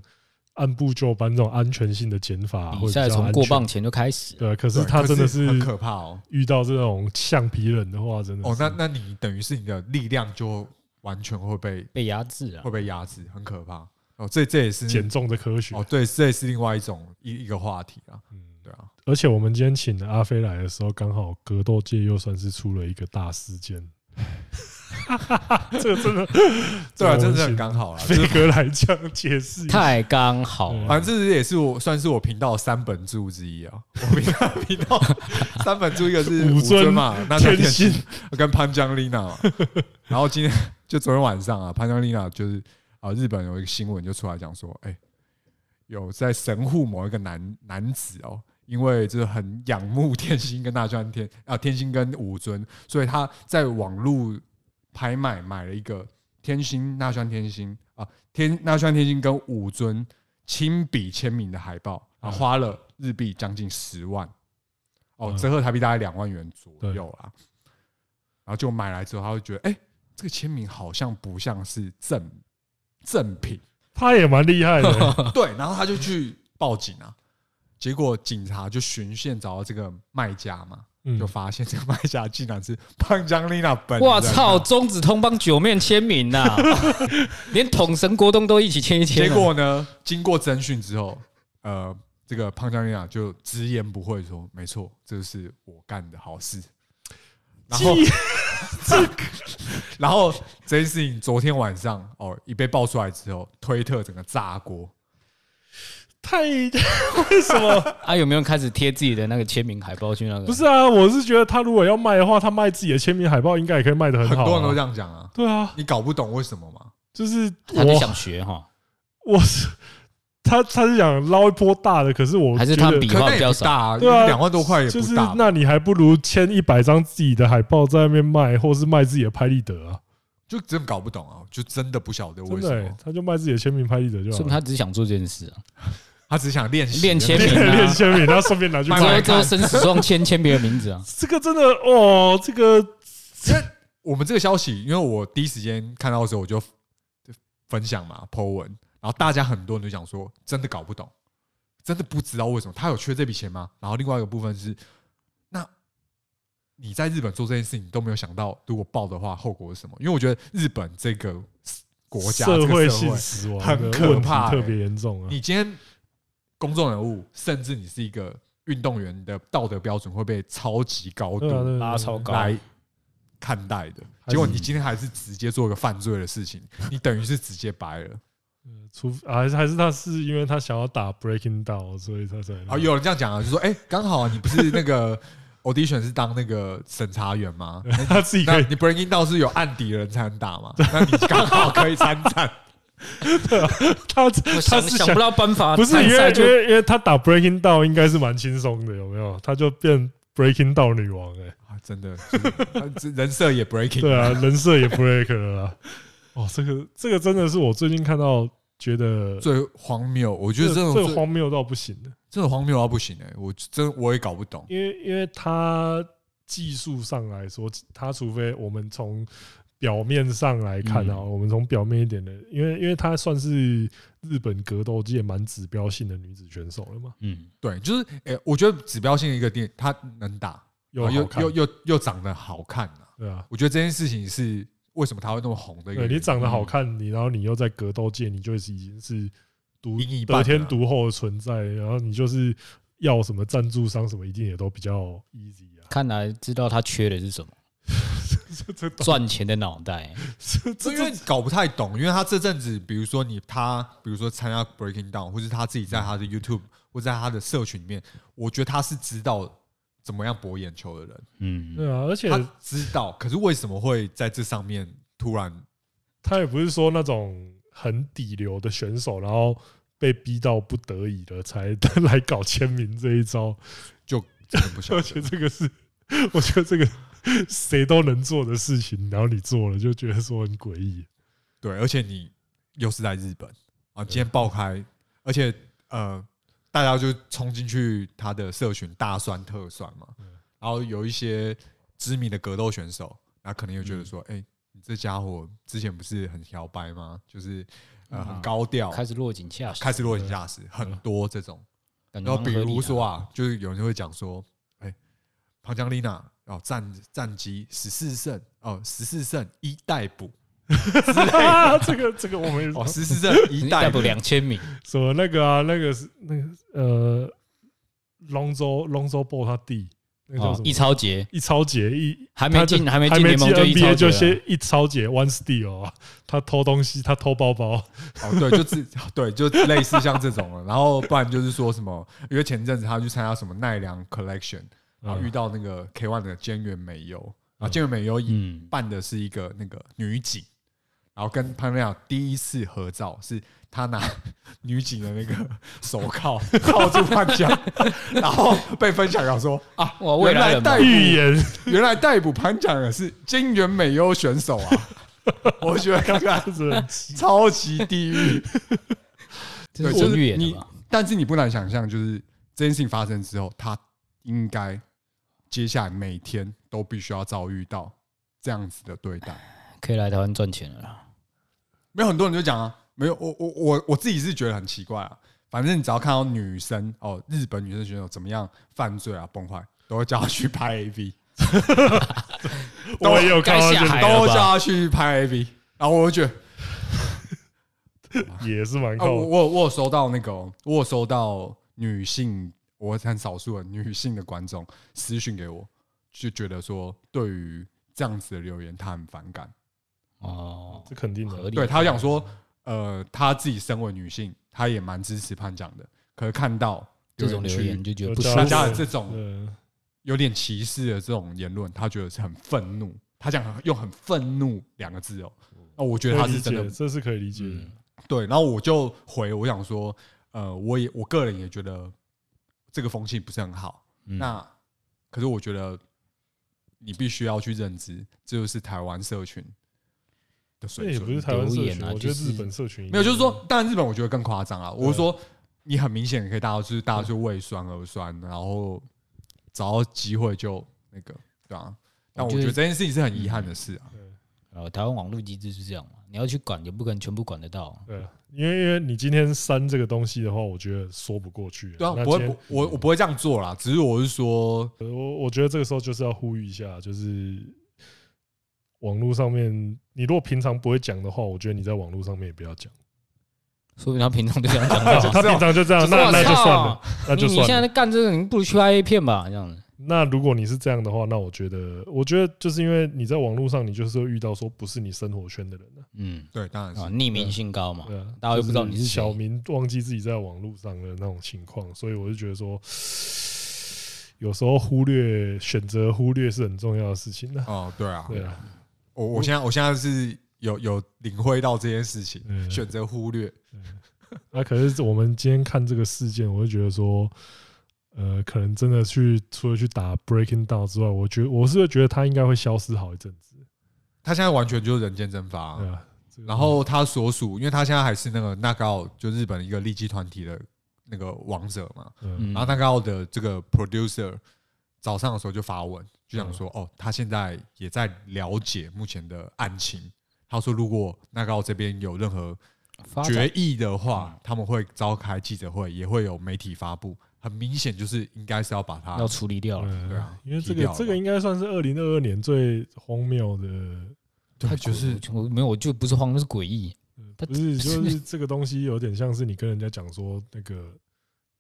按部就班这种安全性的减法会比比赛较从安过全磅前就开始，对啊，可对是他真的可是很可怕哦。遇到这种橡皮人的话，真的哦，是那那你等于是你的力量就完全会被被压制了哦会。被压制，很可怕。哦，这这也是减重的科学哦，。对，这也是另外一种一一个话题啊。嗯对啊，而且我们今天请了阿飞来的时候，刚好格斗界又算是出了一个大事 *laughs* 件。这个真的，对啊，这个我真们的很请 *laughs* 刚好啦。飞哥来讲解释一下。太刚好嗯了，反正这也是我算是我频道三本柱之一啊。我频道频道三本柱一个是武武尊尊嘛， *laughs* 那叫天心 *laughs* 跟潘江丽娜嘛。然后今天 *laughs* 就昨天晚上啊，潘江丽娜就是啊，日本有一个新闻就出来讲说，哎，有在神户某一个男男子哦。因为就是很仰慕天心跟大川天啊，天心跟武尊，所以他在网络拍卖买了一个天心那川天心啊，天那川天心跟武尊亲笔签名的海报，然后花了日币将近十万，哦嗯，折合台币大概两万元左对右啦。然后就买来之后，他会觉得，哎，这个签名好像不像是 *laughs* 正正品，他也蛮厉害 *laughs* 的，对，然后他就去报警啊。结果警察就循线找到这个卖家嘛，嗯就，发现这个卖家竟然是胖江丽娜本人啊。我操！中指通帮九面签 *laughs* 名呐、连统神国东都一起签一签、啊结果呢，经过侦讯之后，呃，这个胖江丽娜就直言不讳说：“没错，这是我干的好事。”然后， *laughs* 然后这件事情昨天晚上哦，一被爆出来之后，推特整个炸锅。 *laughs* 太为什么啊，有没有开始贴自己的那个签名海报去那 *laughs* 个？不，是啊？我是觉得他如果要卖的话，他卖自己的签名海报应该也可以卖的很好、啊。多人都这样讲啊，对啊，你搞不懂为什么吗？就是他就我想学哈，我是他他是想捞一波大的，可是我还是觉得他比可能也不大、啊，对啊两万多块也就不是大吧。那你还不如签一百张自己的海报在那边卖，或是卖自己的拍立得啊！就真的搞不懂啊，就真的不晓得真为什的、欸么，。他就卖自己的签名拍立得就说好明了。他只是想做这件事啊，他只想练习练签名练啊练签名，然后顺便拿去慢之慢后卖来。之后生死状签签别人名字啊，这个真的哦，这个我们这个消息，因为我第一时间看到的时候，我就分享嘛，po 文，然后大家很多人就讲说，真的搞不懂，真的不知道为什么他有缺这笔钱吗？然后另外一个部分是，那你在日本做这件事情，你都没有想到，如果爆的话，后果是什么？因为我觉得日本这个国家这社个会社性会死亡很的可问题怕欸特别严重啊！你今天公众人物，甚至你是一个运动员的道德标准会被超级高对啊度对拉啊超高来看待的。还是结果你今天还是直接做一个犯罪的 *laughs* 事情，你等于是直接白了。嗯除啊还是还是他是因为他想要打 breaking down，所以他才啊，有人这样讲啊，就说：“哎，刚好你不是那个 audition 是当那个审查员 *laughs* 吗？他自己那可以 *laughs* 你 breaking 到是有案底的人才能打嘛？那你刚好可以参战。” *laughs* 他我他想是想不到办啊法，不是参因为赛因就为因为他打 Breaking Down 应该是蛮轻松的，有没有？他就变 Breaking Down 女王哎、啊真的，真的啊这人设也 breaking，对 *laughs* 啊，人设也 break 了啦。哦，这个这个真的是我最近看到觉得最荒谬，我觉这得这这种个最荒谬到不行的，这种荒谬到不行哎、我真我也搞不懂。因为因为他技术上来说，他除非我们从表面上来看啊，我们从表面一点的，因为因为她算是日本格斗界蛮指标性的女子选手啊了嘛，嗯，对，就是哎、我觉得指标性的一个点，他能打，又然后好看又又又又长得好看啊。对啊。我觉得这件事情是为什么他会那么红的一个对原因。你长得好看，你然后你又在格斗界，你就是已经是独赢一半得了天独厚的存在，然后你就是要什么赞助商什么，一定也都比较 easy 啊。看来知道他缺的是什么， *laughs* 这这赚钱的脑袋。这这这因为搞不太懂，因为他这阵子，比如说你他，比如说参加 Breaking Down，或是他自己在他的 YouTube 或在他的社群里面，我觉得他是知道怎么样博眼球的人，嗯，对啊，而且他知道，可是为什么会在这上面突然？他也不是说那种很底流的选手，然后被逼到不得已了才来搞签名这一 *laughs* 招，就真的不晓 *laughs* 而且得，这个是我觉得这个谁都能做的事情，然后你做了就觉得说很诡异。对，而且你又是在日本啊，今天爆开，而且呃，大家就冲进去他的社群大酸特酸嘛，然后有一些知名的格斗选手，然后可能又觉嗯得说，哎、你这家伙之前不是很摇摆吗？就是呃很高调，嗯开始落井下石，开始落井下石，很多这种。感觉然后蛮合比理的如说，啊，就是有人就会讲说，哎，庞江丽娜哦战战绩十四胜哦十四胜一逮捕啊， *laughs* 这个这个我们也哦十四胜一你逮逮捕捕两千名，什么那个啊，那个是那个呃，龙州龙州 b 他弟，那个叫什哦么？一超杰一超姐一还没进他就还没进还没联盟就一 NBA 超杰就了先一超姐 one steal 啊，他偷东西，他偷包包，哦对，就自对就类似像这种了。然后不然就是说什么，因为前阵子他去参加什么奈良 Collection，然嗯后遇到那个 K One 的菅原美优，然后菅原美优嗯办的是一个那个女警。然后跟潘瑞亚第一次合照是他拿 *laughs* 女警的那个手铐铐住潘江，然后被分享到说啊，哇，未来原来人嘛带预言原来逮捕潘江的是金元美优选手啊， *laughs* 我觉得这个是很超级地狱。这是对就是神预言的你嘛？但是你不难想象，就是这件事情发生之后，他应该接下来每天都必须要遭遇到这样子的对待。可以来台湾赚钱了啦。没有很多人就讲啊，没有我我我我自己是觉得很奇怪啊。反正你只要看到女生哦，日本女生选手怎么样犯罪啊崩坏，都会叫她去拍 AV，我也有看到该下这海个，了吧都叫她去拍 AV。然后我就觉得，也是蛮啊，靠我我我有收到那个哦，我有收到女性，我很少数的女性的观众私讯给我，就觉得说对于这样子的留言，她很反感。哦，这肯定合的。理。对他想说，呃，她自己身为女性，她也蛮支持潘讲的，可是看到有这人种留去言就觉得不有舒大大服家家的这种嗯，有点歧视的这种言论，他觉得是很愤怒。他讲用很愤怒两个字哦，哦，我觉得他可以啊是理真解，的这是可以理解的。嗯对，然后我就回，我想说，呃，我也我个人也觉得这个风气不是很好。嗯那可是我觉得你必须要去认知，这就是台湾社群这的水也准。不是台湾社嗯留群，言啊我觉得就是日本社群没有，就是说，当然日本我觉得更夸张啊。我是说，你很明显可以大家就是大家就为酸而酸，然后找到机会就那个，对啊。但我我觉得觉得这件事情是很遗憾嗯的事啊。呃，台湾网络机制是这样嘛，你要去管也不可能全部管得到。对，啊因为因为你今天删这个东西的话，我觉得说不过去。对啊，那不会今天不，我我不会这样做啦。只是我是说，呃我我觉得这个时候就是要呼吁一下，就是网络上面，你如果平常不会讲的话，我觉得你在网络上面也不要 *laughs* 讲。说明他平常就这样讲就话。他平常就这样， *laughs* 那那就算了，那你就你现算在了。在干这个，你不如去拍 A 片吧，这样子。那如果你是这样的话，那我觉得，我觉得就是因为你在网络上，你就是会遇到说不是你生活圈的人了，嗯，对，当然是啊，匿名性高嘛对，啊，大家又不知道就你是是小谁。明，忘记自己在网络上的那种情况，所以我就觉得说，有时候忽略选择忽略是很重要的事情的。哦，对啊，对啊，我我现在我现在是有有领会到这件事情，嗯选择忽略。那、啊可是我们今天看这个事件，我就觉得说，呃，可能真的去除了去打 Breaking Down 之外，我觉得我是会觉得他应该会消失好一阵子，他现在完全就是人间蒸发、对啊。这个然后他所属，因为他现在还是那个 n a g a 就日本一个利基团体的那个王者嘛。嗯，然后 n a g a 的这个 producer 早上的时候就发文，嗯就想说哦，他现在也在了解目前的案情。他说，如果 n a g a 这边有任何发展嗯决议的话，他们会召开记者会，也会有媒体发布。很明显就是应该是要把它要处理掉了。嗯对啊因为这个踢掉了这个应该算是二零二二年最荒谬 *laughs* 的，对他就是我没有，我就不是慌，那是诡异。他不是 *laughs* 就是这个东西有点像是你跟人家讲说那个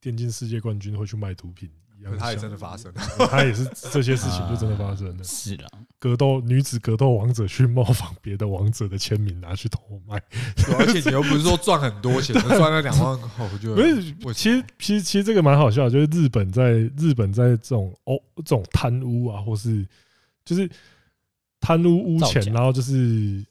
电竞世界冠军会去卖毒品一样，它也真的发生，啊像，他也是 *laughs* 这些事情就真的发生了。啊是了，格斗女子格斗王者去模 *laughs* 仿别的王者的签名拿去偷卖，对而且你又不是说赚很 *laughs* 多钱，赚了两万块，我嗯就不是我，其实其实其实这个蛮好笑的，就是日本在日本在这种哦这种贪污啊，或是就是贪污污钱造，假然后就是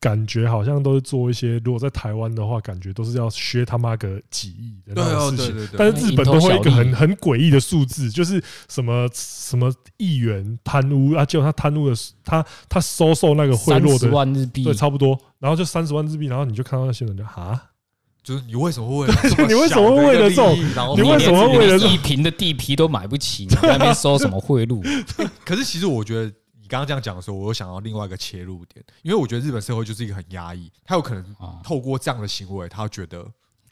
感觉好像都是做一些，如果在台湾的话，感觉都是要削他妈个几亿的对那哦种事对情。对对，但是日本都会有一个蝇头很小很诡异的数字，就是什么什么议员贪污啊，结果他贪污的他他收受那个贿三赂十的万日币对，，差不多。然后就三十万日币，然后你就看到那新闻就哈，就是你为什么会为了这么你为什么会为了这种小的一个利益然后你为什么会为了这啊一平的地皮都买不起，你在那边收什么 *laughs* 贿赂？可是其实我觉得你刚刚这样讲的时候，我又想到另外一个切入点，因为我觉得日本社会就是一个很压抑，他有可能啊透过这样的行为，他觉得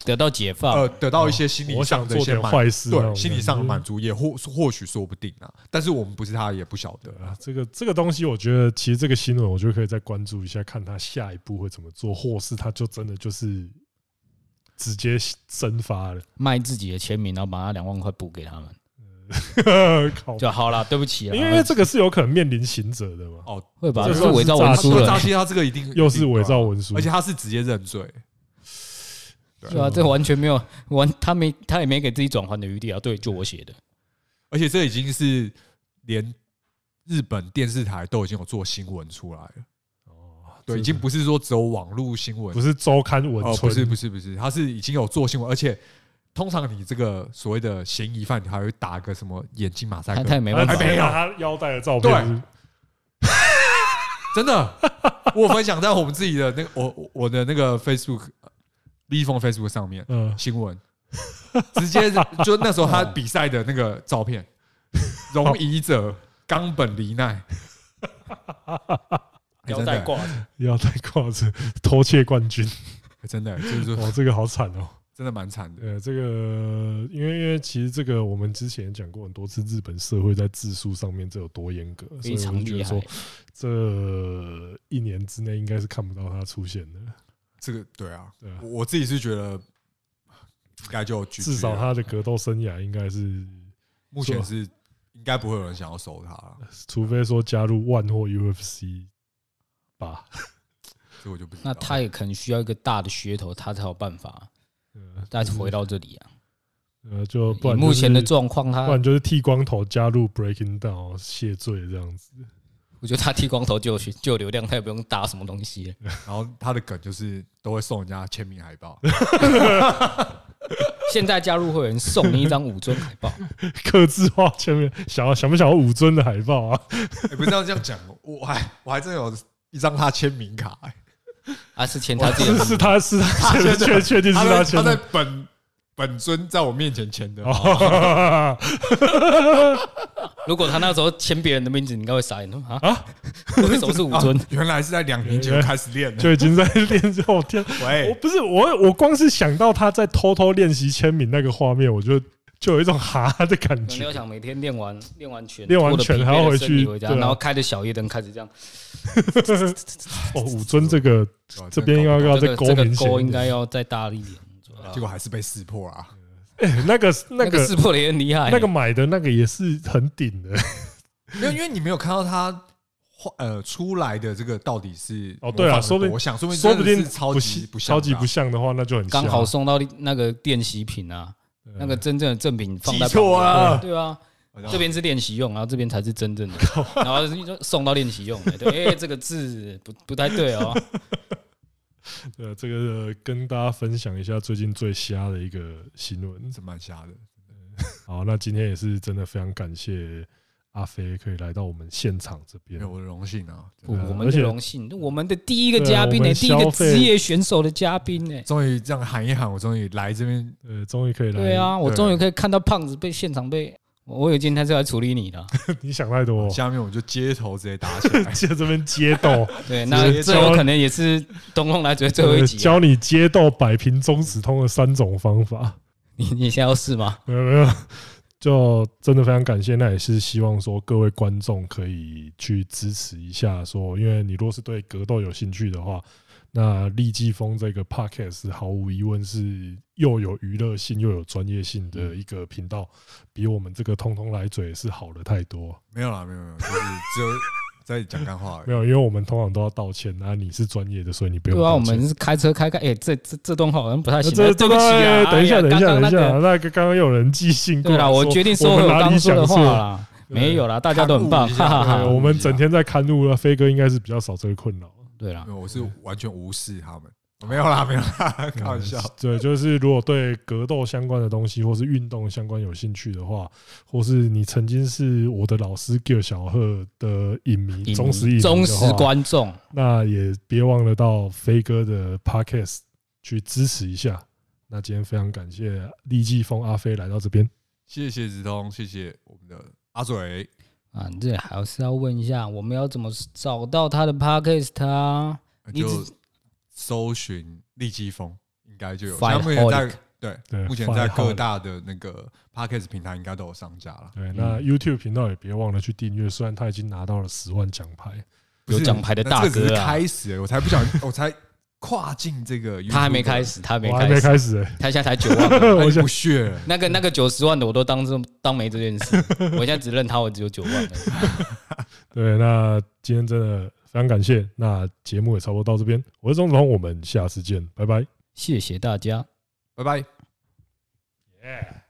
得到解放，呃得到一些心理啊我上想的一做些点满坏事那种感对觉，嗯心理上的满足，也或或许说不定啊。但是我们不是他，也不晓得啊啊，。这个这个东西，我觉得其实这个新闻，我就可以再关注一下，看他下一步会怎么做，或是他就真的就是直接蒸发了。 *laughs* 卖自己的签名，然后把那两万块补给他们靠，就好了。对不起啊，哦因为这个是有可能面临刑责的嘛，哦，会把这这是是伪造诈文欺书他诈了，欺他这个一定 *laughs* 又是伪造，文一定书对啊而，且他是直接认罪。对对啊，这完全没有完，他没他也没给自己转换的余地啊。对，就我写的，而且这已经是连日本电视台都已经有做新闻出来了，对，已经不是说只有网络新哦闻不，是周刊文哦，不春，是不是不是，他是已经有做新闻，而且通常你这个所谓的嫌疑犯，你还会打个什么眼睛马赛他他也克，没他办法只还。没有拿他腰带的照片是真的，我有分享在我们自己的那个我我的那个 Facebook 立峰 Facebook 上面嗯，新闻， *laughs* 直接就那时候他比赛的那个 *laughs* 照片，容疑者冈本梨奈。哎腰真的带挂着，腰带挂着 *laughs* 偷窃冠 *laughs* 军，欸真的欸，就是说哦，这个好惨哦。真的蛮惨的。呃，这个因为因为其实这个我们之前也讲过很多次，日本社会在字数上面这有多严格，所以非我就常觉厉得害说。这一年之内应该是看不到它出现的，这个对啊对啊，我我自己是觉得应该就 GG 至少了他的格斗生涯应该是，目前是应该不会有人想要收 *laughs* 他了，除非说加入万或 UFC 吧。这我就不知道。那他也可能需要一个大的噱头，他才有办法。呃再回到这里啊，呃，就不以然目前的就是状况，他不然就是剃光头加入 Breaking Down 谢罪这样子。我觉得他剃光头就有就有流量，他也不用搭什么 *laughs* 东西了。然后他的梗就是都会送人家签名海报，欸现在加入会员送你一张五尊海报，刻字化前面想要想不想要五尊的海报啊？ *laughs* 也不是要这样讲，我还我还真有一张他签名卡欸，啊，是签他自己是的啊是他是 *laughs* 他签的确确定是他他在签他的在。本本尊在我面前签的，哦哦，如果他那时候签别人的名字，你应该会傻眼说啊，为什么是武尊啊？原来是在两年前开始练的。 *laughs* 就已哦经在练习。我天，我喂，不是我，我光是想到他在偷偷练习签名那个画面，我就就有一种哈的感你要觉。想每天练完练完拳，练完拳还要回去拖着疲惫的身体回家，对啊然后开着小夜灯开始这样，哦，武尊这个哦这边要要再这个勾这明个显勾一应该点。要再大力一点。结果还是被识破啊！哎那个那那个个撕破的也很厉害，那个买的那个也是很顶的。没有，因为你没有看到他画呃出来的这个到底是哦，对啊，模说不仿的定多像，说不定说不真的定是超不级像不像超的啊，级不像的话，那就很刚像啊啊好送到那个练习品啊，那个真正的正品放在记错旁边啊 *laughs* 对啊，好像这边是练习用，然后这边才是真正的，然后就送到练习用的。对，哎、这个字不不太对 *laughs* 哦。啊呃，这个跟大家分享一下最近最瞎的一个新闻。是蛮瞎的。好，那今天也是真的非常感谢阿飞可以来到我们现场这边没有。我的荣幸啊，真不的对啊我们而的且荣幸，我们的第一个嘉宾呢、哎对啊我们消第一个费啊职业选手的嘉宾哎呢、终于这样喊一喊，我终于来这边呃，终于可以来。对，啊，我对终于可以看到胖子被现场被，我我以为今天他是来处理你的。啊 *laughs* 你想太多。。下面我就街头直接打起来 *laughs* 在这边街斗，对，直那接这教有可能也是东风来追 *laughs* 最后一呃 *laughs* 集啊、教你街斗摆平中指通的三种方法。你你现在要试吗？没有没有，就真的非常感谢。那也是希望说各位观众可以去支持一下，说因为你如果是对格斗有兴趣的话，那利季风这个 podcast 毫无疑问是又有娱乐性又有专业性的嗯一个频道，比我们这个通通来嘴是好的太多。没有啦，没有没有，就是只有在讲干哎话而已没。有，因为我们通常都要道歉，那你是专业的，所以你不用对啊，我道歉。们是开车开开，哎、这这这段话好像不太那行、这啊，对不起哎啊，等一哎下，呀等一下，等刚刚那一个下，那个刚刚有人寄信过对来啦，说，我决定收回我们我哪刚里刚说的想话啊嗯错了啦，没有啦，大家都很棒，看顾一哈下哈对对，哈。我们整天在看路了，飞哥应该是比较少这个困扰。对啦没，有，我是完全无视他们。哦没有啊啦，没有啦，开玩笑。对，就是如果对格斗相关的东西，或是运动相关有兴趣的话，或是你曾经是我的老师 Gil 小贺的影迷、忠实影迷的话忠实观众，那也别忘了到飞哥的 Podcast 去支持一下。那今天非常感谢利季风阿飞来到这边，谢谢子通，谢谢我们的阿嘴。啊，这还是要问一下，我们要怎么找到他的 podcast 啊？你就只搜寻利基风，应该就有。 Fire 他目前在 Holic 对，对目前在各大的那个 podcast 平台应该都有上架了。对，那 YouTube 频道也别忘了去订阅，虽然他已经拿到了十万奖牌，不是有奖牌的大那这个只哥是啊，开始而已，我才不想，我才跨进这个 *laughs* YouTube 的，他还没开 *laughs* 始，他还没我还开没始，开始欸，他现在才九万而已。哎，我我想不屑了。 *laughs* 那个那个九十万的我都当这当没这件事，我现在只认他，我只有九万而已。对，那今天真的非常感谢，那节目也差不多到这边，我是钟子彤，我们下次见，拜拜。谢谢大家。拜拜。 Yeah.